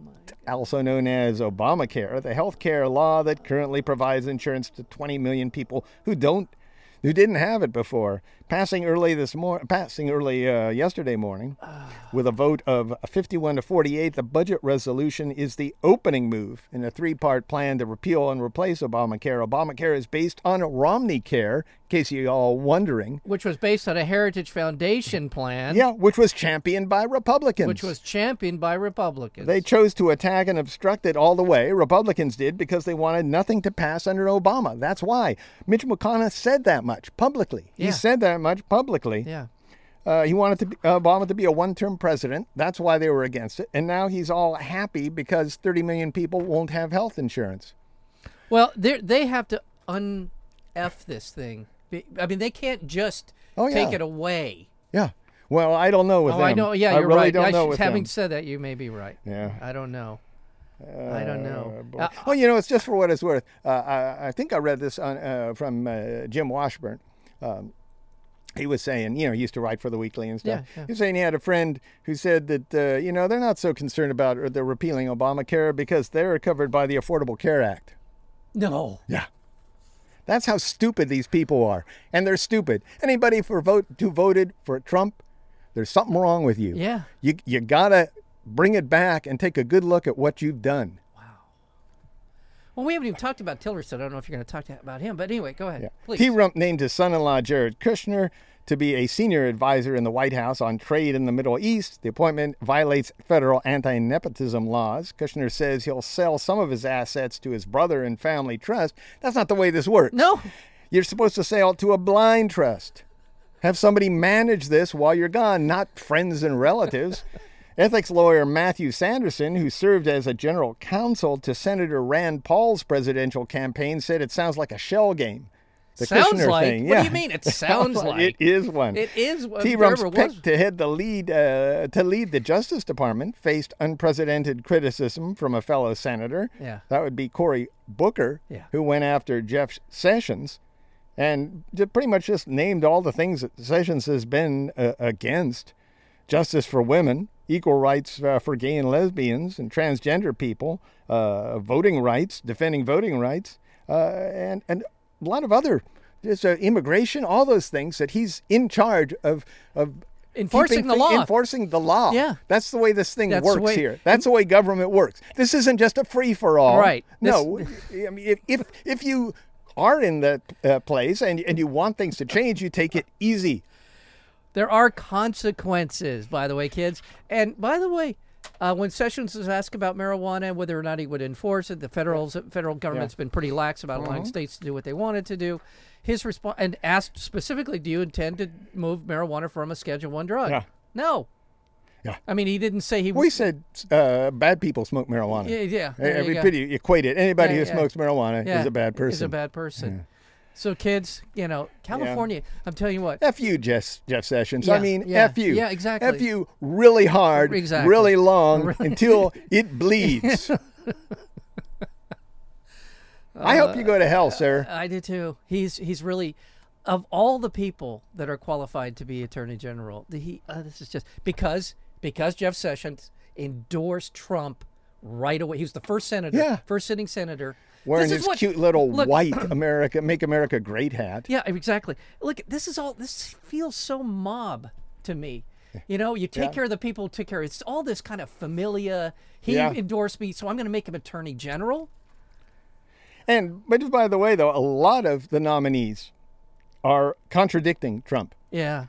Speaker 1: also known as Obamacare, the health care law that currently provides insurance to 20 million people who don't. Who didn't have it before? Passing early this mor- passing early uh, yesterday morning, with a vote of 51 to 48, the budget resolution is the opening move in a three part plan to repeal and replace Obamacare. Obamacare is based on Romney Care, in case you all are wondering.
Speaker 2: which was based on a Heritage Foundation plan,
Speaker 1: Yeah, which was championed by Republicans.
Speaker 2: which was championed by Republicans.
Speaker 1: They chose to attack and obstruct it all the way. Republicans did because they wanted nothing to pass under Obama. That's why. Mitch McConnell said that much publicly.
Speaker 2: Yeah.
Speaker 1: He said that much publicly.
Speaker 2: yeah.
Speaker 1: Uh, he wanted to be, Obama to be a one-term president. That's why they were against it. And now he's all happy because 30 million people won't have health insurance.
Speaker 2: Well, they they have to un f this thing. Be- I mean, they can't just
Speaker 1: Oh,
Speaker 2: take
Speaker 1: yeah.
Speaker 2: it away.
Speaker 1: Yeah. Well, I don't know with
Speaker 2: Oh,
Speaker 1: them.
Speaker 2: I know. Yeah,
Speaker 1: I
Speaker 2: you're
Speaker 1: really
Speaker 2: right.
Speaker 1: don't
Speaker 2: I
Speaker 1: know
Speaker 2: should-
Speaker 1: with
Speaker 2: having
Speaker 1: them.
Speaker 2: said that, you may be right.
Speaker 1: Yeah.
Speaker 2: I don't know. I don't know.
Speaker 1: Boy.
Speaker 2: Uh,
Speaker 1: oh, you know, it's just for what it's worth. Uh, I, I think I read this on, uh, from uh, Jim Washburn. Um, he was saying, you know, he used to write for the Weekly and stuff.
Speaker 2: Yeah, yeah.
Speaker 1: He was saying he had a friend who said that, uh, you know, they're not so concerned about the repealing Obamacare because they're covered by the Affordable Care Act.
Speaker 2: no.
Speaker 1: Yeah. That's how stupid these people are. And they're stupid. Anybody for vote who voted for Trump, there's something wrong with you.
Speaker 2: Yeah.
Speaker 1: You you gotta bring it back and take a good look at what you've done.
Speaker 2: Well, we haven't even talked about Tillerson. I don't know if you're going to talk to- about him, but anyway, go ahead, please.
Speaker 1: T Rump named his son in law Jared Kushner to be a senior advisor in the White House on trade in the Middle East. The appointment violates federal anti nepotism laws. Kushner says he'll sell some of his assets to his brother and family trust. That's not the way this works.
Speaker 2: no.
Speaker 1: You're supposed to sell to a blind trust. Have somebody manage this while you're gone, not friends and relatives. Ethics lawyer Matthew Sanderson, who served as a general counsel to Senator Rand Paul's presidential campaign, said it sounds like a shell game. The
Speaker 2: Sounds
Speaker 1: Kushner
Speaker 2: like.
Speaker 1: thing,
Speaker 2: What do
Speaker 1: yeah.
Speaker 2: you mean? It sounds like.
Speaker 1: it is one.
Speaker 2: It is one.
Speaker 1: T.
Speaker 2: There
Speaker 1: Rump's
Speaker 2: ever was
Speaker 1: pick to head the lead uh, to lead the Justice Department faced unprecedented criticism from a fellow senator.
Speaker 2: Yeah.
Speaker 1: that would be Cory Booker,
Speaker 2: Yeah.
Speaker 1: who went after Jeff Sessions, and ju- pretty much just named all the things that Sessions has been uh, against: justice for women, equal rights uh, for gay and lesbians and transgender people, uh, voting rights, defending voting rights, uh, and and a lot of other. Just uh, immigration, all those things that he's in charge of of
Speaker 2: Enforcing
Speaker 1: keeping
Speaker 2: the
Speaker 1: thi-
Speaker 2: law.
Speaker 1: Enforcing the law.
Speaker 2: Yeah.
Speaker 1: That's the way this thing
Speaker 2: That's the
Speaker 1: works
Speaker 2: way-
Speaker 1: here. That's the way government works. This isn't just a free for all.
Speaker 2: Right.
Speaker 1: No. I mean, if, if, if you are in that uh, place and, and you want things to change, you take it easy.
Speaker 2: There are consequences, by the way, kids. And by the way, uh, when Sessions was asked about marijuana and whether or not he would enforce it, the federal federal government's been pretty lax about allowing
Speaker 1: Uh-huh.
Speaker 2: states to do what they wanted to do. His response and asked specifically, "Do you intend to move marijuana from a Schedule One drug?"
Speaker 1: Yeah.
Speaker 2: No.
Speaker 1: Yeah.
Speaker 2: I mean, he didn't say he.
Speaker 1: We said uh, bad people smoke marijuana.
Speaker 2: Yeah, yeah.
Speaker 1: E-
Speaker 2: there you go.
Speaker 1: Everybody equated anybody
Speaker 2: Yeah,
Speaker 1: who
Speaker 2: yeah.
Speaker 1: smokes marijuana
Speaker 2: Yeah,
Speaker 1: is a bad person.
Speaker 2: Is a bad person. So kids, you know, California. I'm telling you what.
Speaker 1: F you, Jeff, Jeff Sessions. I
Speaker 2: Yeah,
Speaker 1: mean,
Speaker 2: yeah,
Speaker 1: F you.
Speaker 2: yeah, exactly.
Speaker 1: F you really hard,
Speaker 2: Exactly.
Speaker 1: really long until it bleeds. I hope you go to
Speaker 2: Uh,
Speaker 1: hell, sir.
Speaker 2: I do too. He's he's really of all the people that are qualified to be attorney general. the- He uh, this is just because because Jeff Sessions endorsed Trump right away. He was the first senator,
Speaker 1: Yeah.
Speaker 2: first sitting senator.
Speaker 1: Wearing
Speaker 2: This is
Speaker 1: his
Speaker 2: what-
Speaker 1: cute little
Speaker 2: look,
Speaker 1: white America, make America great hat.
Speaker 2: Yeah, exactly. Look, this is all. This feels so mob to me. You know, you take care of the people, take care. It's all this kind of familia. He
Speaker 1: Yeah.
Speaker 2: endorsed me, so I'm going to make him attorney general.
Speaker 1: And but by the way, though, a lot of the nominees are contradicting Trump.
Speaker 2: Yeah.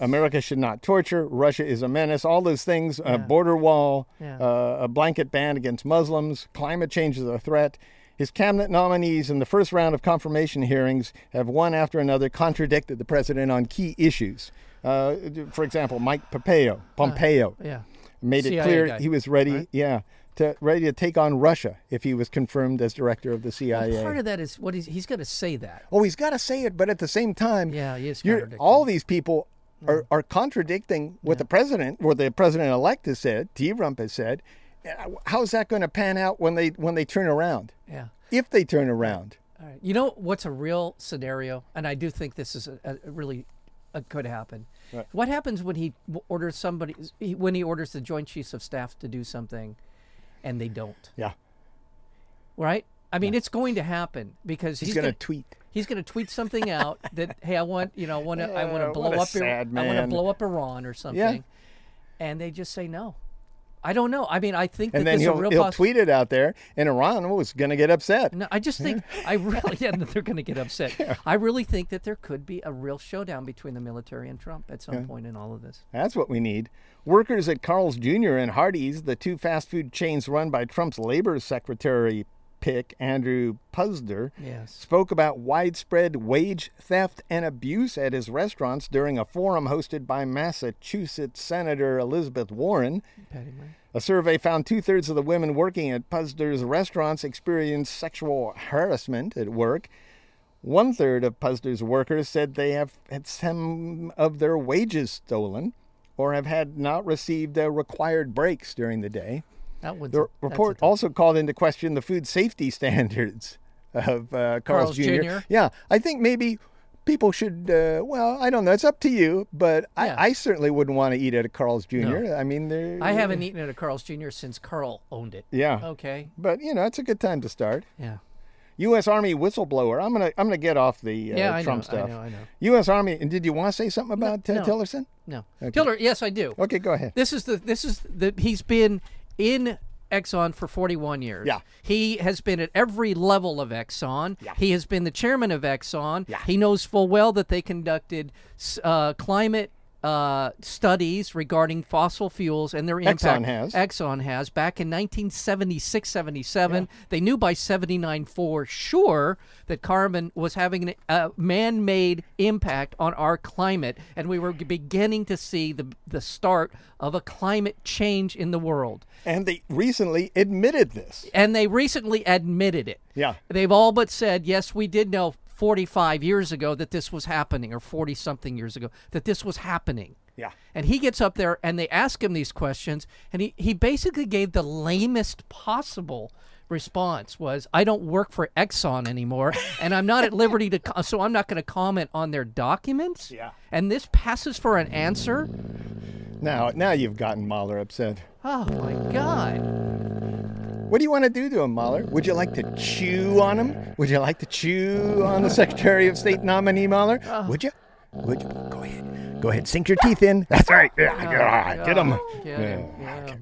Speaker 1: America should not torture. Russia is a menace. All those things, a border wall,
Speaker 2: Yeah.
Speaker 1: uh, a blanket ban against Muslims, climate change is a threat. His cabinet nominees in the first round of confirmation hearings have one after another contradicted the president on key issues. Uh, for example, Mike Pompeo, Pompeo
Speaker 2: Uh, Yeah.
Speaker 1: made it
Speaker 2: CIA
Speaker 1: clear
Speaker 2: guy,
Speaker 1: he was ready, yeah, to ready to take on Russia if he was confirmed as director of the CIA.
Speaker 2: Part of that is what he's, he's going to say that.
Speaker 1: Oh, he's got to say it, but at the same time,
Speaker 2: Yeah, he is
Speaker 1: you're-
Speaker 2: contradicting. Mm.
Speaker 1: all these people are, are contradicting what the president, what the president elect has said, T. Rump has said. Uh, How's that going to pan out when they when they turn around?
Speaker 2: Yeah.
Speaker 1: If they turn around,
Speaker 2: All right. You know what's a real scenario, and I do think this is a, a really a, could happen. What happens when he w- orders somebody he- when he orders the Joint Chiefs of Staff to do something, and they don't?
Speaker 1: yeah,
Speaker 2: Right? I mean, it's going to happen because he's,
Speaker 1: he's, going
Speaker 2: going
Speaker 1: to tweet.
Speaker 2: He's going to tweet something out that hey, I want you know, I want to I want
Speaker 1: Yeah,
Speaker 2: to blow
Speaker 1: what a
Speaker 2: up Ir-
Speaker 1: sad
Speaker 2: I want to
Speaker 1: man.
Speaker 2: blow up Iran or something, and they just say no. I don't know. I mean, I think
Speaker 1: And
Speaker 2: that
Speaker 1: then
Speaker 2: there's a
Speaker 1: he'll,
Speaker 2: real Mm.
Speaker 1: he'll
Speaker 2: possi-
Speaker 1: tweet it out there, and Iran was going to get upset.
Speaker 2: No, I just think I really yeah that they're going to get upset. I really think that there could be a real showdown between the military and Trump at some point in all of this.
Speaker 1: That's what we need. Workers at Carl's Jr. and Hardee's, the two fast food chains run by Trump's labor secretary pick, Andrew Puzder,
Speaker 2: Yes.
Speaker 1: spoke about widespread wage theft and abuse at his restaurants during a forum hosted by Massachusetts Senator Elizabeth Warren.
Speaker 2: Patty Murray.
Speaker 1: A survey found two thirds of the women working at Puzder's restaurants experienced sexual harassment at work. One third of Puzder's workers said they have had some of their wages stolen or have had not received their required breaks during the day.
Speaker 2: That one's
Speaker 1: The
Speaker 2: a-
Speaker 1: r-
Speaker 2: that's a
Speaker 1: report
Speaker 2: tough-
Speaker 1: also called into question the food safety standards of uh, Carl's,
Speaker 2: Carl's Jr..
Speaker 1: Yeah, I think maybe people should. Uh, well, I don't know. It's up to you, but
Speaker 2: Yeah.
Speaker 1: I, I certainly wouldn't want to eat at a Carl's Jr. I mean, they're,
Speaker 2: I haven't eaten at a Carl's Jr. since Carl owned it.
Speaker 1: Yeah.
Speaker 2: Okay.
Speaker 1: But you know, it's a good time to start.
Speaker 2: Yeah.
Speaker 1: U.S. Army whistleblower. I'm gonna I'm gonna get off the uh,
Speaker 2: Yeah, I
Speaker 1: Trump
Speaker 2: know, I
Speaker 1: stuff.
Speaker 2: know, I know.
Speaker 1: U.S. Army. And did you want to say something about uh,
Speaker 2: no.
Speaker 1: Tillerson?
Speaker 2: No. Tiller, yes, I do.
Speaker 1: Okay, go ahead.
Speaker 2: This is the this is the he's been in Exxon for 41 years.
Speaker 1: Yeah.
Speaker 2: He has been at every level of Exxon.
Speaker 1: Yeah.
Speaker 2: He has been the chairman of Exxon.
Speaker 1: Yeah.
Speaker 2: He knows full well that they conducted s- uh, climate uh, studies regarding fossil fuels and their impact.
Speaker 1: has.
Speaker 2: Exxon has back in 1976 77. They knew by 79 for sure that carbon was having a uh, man made impact on our climate, and we were beginning to see the, the start of a climate change in the world.
Speaker 1: And they recently admitted this.
Speaker 2: And they recently admitted it.
Speaker 1: Yeah.
Speaker 2: They've all but said, yes, we did know 45 years ago that this was happening, or 40 something years ago, that this was happening.
Speaker 1: Yeah.
Speaker 2: And he gets up there and they ask him these questions and he, he basically gave the lamest possible response was I don't work for Exxon anymore and I'm not at liberty to co- so I'm not going to comment on their documents.
Speaker 1: Yeah.
Speaker 2: And this passes for an answer?
Speaker 1: Now now you've gotten Mahler upset.
Speaker 2: Oh my god.
Speaker 1: What do you want to do to him, Mahler? Would you like to chew on him? Would you like to chew on the Secretary of State nominee, Mahler? Would you? Would you? Go ahead. Go ahead. Sink your teeth in. That's right. Yeah, yeah, Get him.
Speaker 2: Oh, Get him, yeah.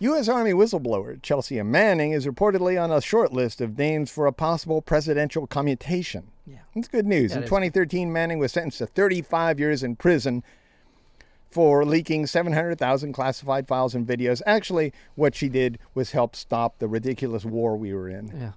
Speaker 1: U.S. Army whistleblower Chelsea Manning is reportedly on a short list of names for a possible presidential commutation. Yeah. That's good news. in
Speaker 2: is.
Speaker 1: 2013, Manning was sentenced to 35 years in prison for leaking 700,000 classified files and videos. Actually, what she did was help stop the ridiculous war we were in.
Speaker 2: Yeah.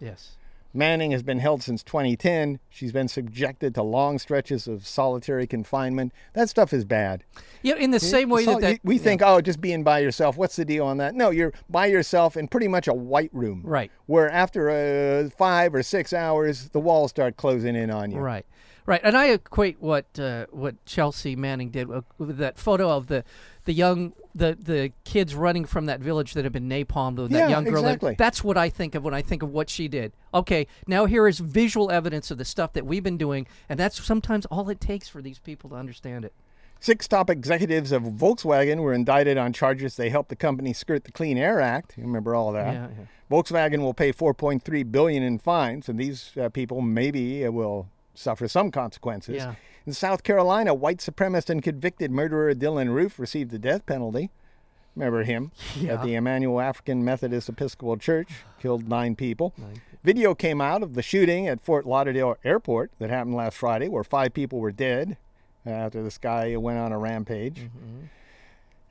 Speaker 2: Yes.
Speaker 1: Manning has been held since 2010. She's been subjected to long stretches of solitary confinement. That stuff is bad.
Speaker 2: Yeah, in the same way
Speaker 1: So
Speaker 2: that, that
Speaker 1: we think, oh, just being by yourself. What's the deal on that? No, you're by yourself in pretty much a white room.
Speaker 2: Right.
Speaker 1: Where after uh, five or six hours, the walls start closing in on you.
Speaker 2: Right, right, and I equate what uh, what Chelsea Manning did with with that photo of the the young the the kids running from that village that had been napalmed and
Speaker 1: Yeah,
Speaker 2: that young girl. that-
Speaker 1: exactly.
Speaker 2: that's what I think of when I think of what she did. Okay, now here is visual evidence of the stuff that we've been doing, and that's sometimes all it takes for these people to understand it.
Speaker 1: Six top executives of Volkswagen were indicted on charges they helped the company skirt the Clean Air Act. You remember all that.
Speaker 2: Yeah, yeah.
Speaker 1: Volkswagen will pay 4.3 billion in fines, and these uh, people maybe uh, will suffer some consequences.
Speaker 2: Yeah.
Speaker 1: In South Carolina, white supremacist and convicted murderer Dylan Roof received the death penalty. Remember him at the Emmanuel African Methodist Episcopal Church, killed nine people. Video came out of the shooting at Fort Lauderdale Airport that happened last Friday, where five people were dead uh, after this guy went on a rampage.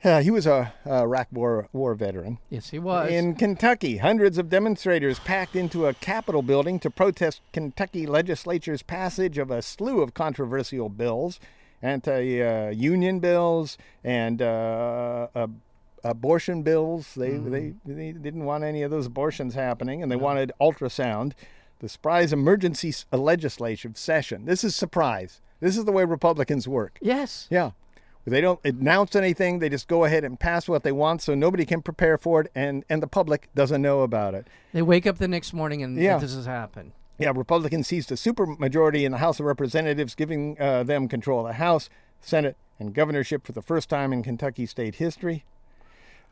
Speaker 1: Uh, he was a, a Iraq war, war veteran.
Speaker 2: Yes, he was.
Speaker 1: In Kentucky, hundreds of demonstrators packed into a Capitol building to protest Kentucky legislature's passage of a slew of controversial bills, anti uh, union bills, and uh, ab- abortion bills. They, they, they didn't want any of those abortions happening, and they wanted ultrasound. The surprise emergency s- legislative session. This is surprise. This is the way Republicans work.
Speaker 2: yes.
Speaker 1: Yeah. They don't announce anything. They just go ahead and pass what they want so nobody can prepare for it and, and the public doesn't know about it.
Speaker 2: They wake up the next morning and
Speaker 1: Yeah.
Speaker 2: this has happened.
Speaker 1: Yeah, Republicans seized a supermajority in the House of Representatives, giving uh, them control of the House, Senate, and governorship for the first time in Kentucky state history.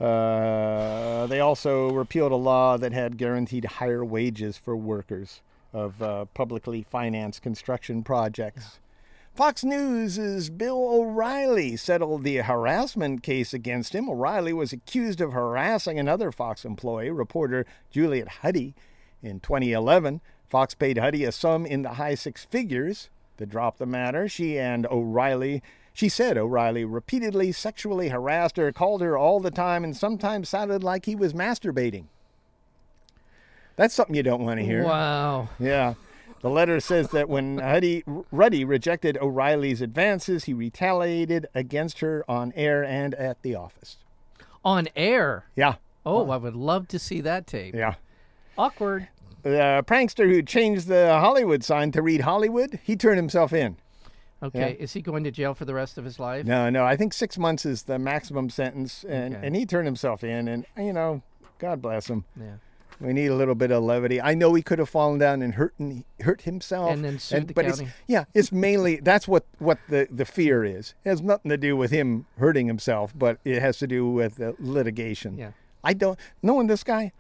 Speaker 1: Uh, they also repealed a law that had guaranteed higher wages for workers of uh, publicly financed construction projects. Fox News' Bill O'Reilly settled the harassment case against him. O'Reilly was accused of harassing another Fox employee, reporter Juliet Huddy. In 2011, Fox paid Huddy a sum in the high six figures to drop the matter. She and O'Reilly, she said O'Reilly repeatedly sexually harassed her, called her all the time, and sometimes sounded like he was masturbating. That's something you don't want to hear.
Speaker 2: Wow.
Speaker 1: Yeah. The letter says that when Huddy, Ruddy rejected O'Reilly's advances, he retaliated against her on air and at the office.
Speaker 2: On air.
Speaker 1: Yeah.
Speaker 2: Oh, I would love to see that tape.
Speaker 1: Yeah.
Speaker 2: Awkward.
Speaker 1: The prankster who changed the Hollywood sign to read Hollywood, he turned himself in.
Speaker 2: Okay, is he going to jail for the rest of his life?
Speaker 1: No, no, I think six months is the maximum sentence, and,
Speaker 2: Okay.
Speaker 1: and he turned himself in, and, you know, God bless him.
Speaker 2: Yeah.
Speaker 1: We need a little bit of levity. I know he could have fallen down and hurt and hurt himself,
Speaker 2: And then sued the
Speaker 1: but it's-
Speaker 2: county.
Speaker 1: yeah, it's mainly that's what what the the fear is. It has nothing to do with him hurting himself, but it has to do with the litigation.
Speaker 2: Yeah.
Speaker 1: I don't knowing this guy.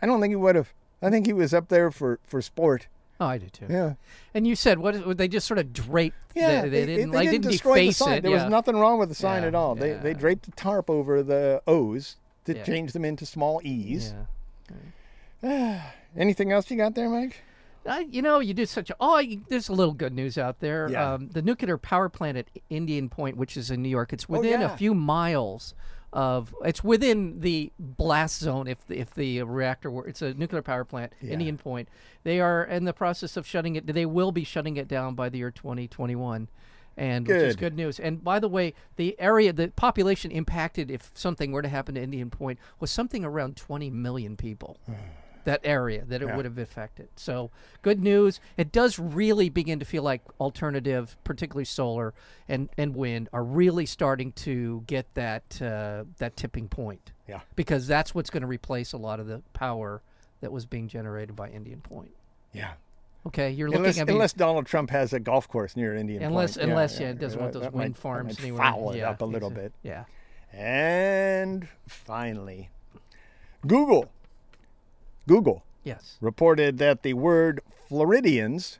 Speaker 1: I don't think he would have. I think he was up there for for sport.
Speaker 2: Oh, I do too.
Speaker 1: Yeah.
Speaker 2: And you said what? is- They just sort of draped.
Speaker 1: Yeah,
Speaker 2: The, they, didn't like didn't
Speaker 1: destroy
Speaker 2: deface
Speaker 1: the sign.
Speaker 2: it.
Speaker 1: There
Speaker 2: yeah.
Speaker 1: was nothing wrong with the sign
Speaker 2: Yeah,
Speaker 1: at all. They they
Speaker 2: yeah.
Speaker 1: draped the tarp over the O's to
Speaker 2: Yeah.
Speaker 1: change them into small E's.
Speaker 2: Yeah.
Speaker 1: Anything else you got there, Mike?
Speaker 2: I, you know, you do such. A, oh, you, there's a little good news out there.
Speaker 1: Yeah.
Speaker 2: Um, the nuclear power plant at Indian Point, which is in New York, it's within
Speaker 1: Oh, yeah.
Speaker 2: a few miles of. It's within the blast zone if the, if the reactor were. It's a nuclear power plant, Indian Point. They are in the process of shutting it. They will be shutting it down by the year 2021. And which is
Speaker 1: Good.
Speaker 2: good news. And by the way, the area, the population impacted if something were to happen to Indian Point was something around 20 million people
Speaker 1: Hmm.
Speaker 2: that area that it would have affected. So good news. It does really begin to feel like alternative, particularly solar and, and wind, are really starting to get that uh, that tipping point.
Speaker 1: Yeah.
Speaker 2: Because that's what's going to replace a lot of the power that was being generated by Indian Point.
Speaker 1: Yeah.
Speaker 2: Okay, you're
Speaker 1: Unless,
Speaker 2: looking at me-
Speaker 1: unless Donald Trump has a golf course near Indian
Speaker 2: unless
Speaker 1: Point.
Speaker 2: unless yeah, it doesn't
Speaker 1: that-
Speaker 2: want those
Speaker 1: that
Speaker 2: wind
Speaker 1: might- that
Speaker 2: farms
Speaker 1: might
Speaker 2: anywhere.
Speaker 1: Foul it
Speaker 2: yeah,
Speaker 1: up a little
Speaker 2: exa-
Speaker 1: bit.
Speaker 2: Yeah.
Speaker 1: And finally, Google. Google
Speaker 2: Yes.
Speaker 1: reported that the word Floridians,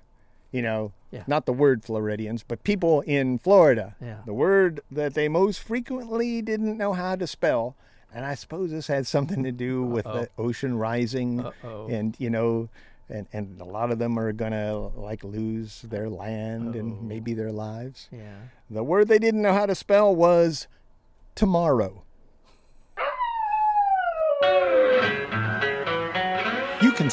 Speaker 1: you know,
Speaker 2: Yeah.
Speaker 1: not the word Floridians, but people in Florida,
Speaker 2: Yeah.
Speaker 1: the word that they most frequently didn't know how to spell. And I suppose this had something to do with the ocean rising
Speaker 2: Uh-oh.
Speaker 1: and, you know, and, and a lot of them are going to like lose their land
Speaker 2: Oh.
Speaker 1: and maybe their lives.
Speaker 2: Yeah.
Speaker 1: The word they didn't know how to spell was tomorrow. You Like and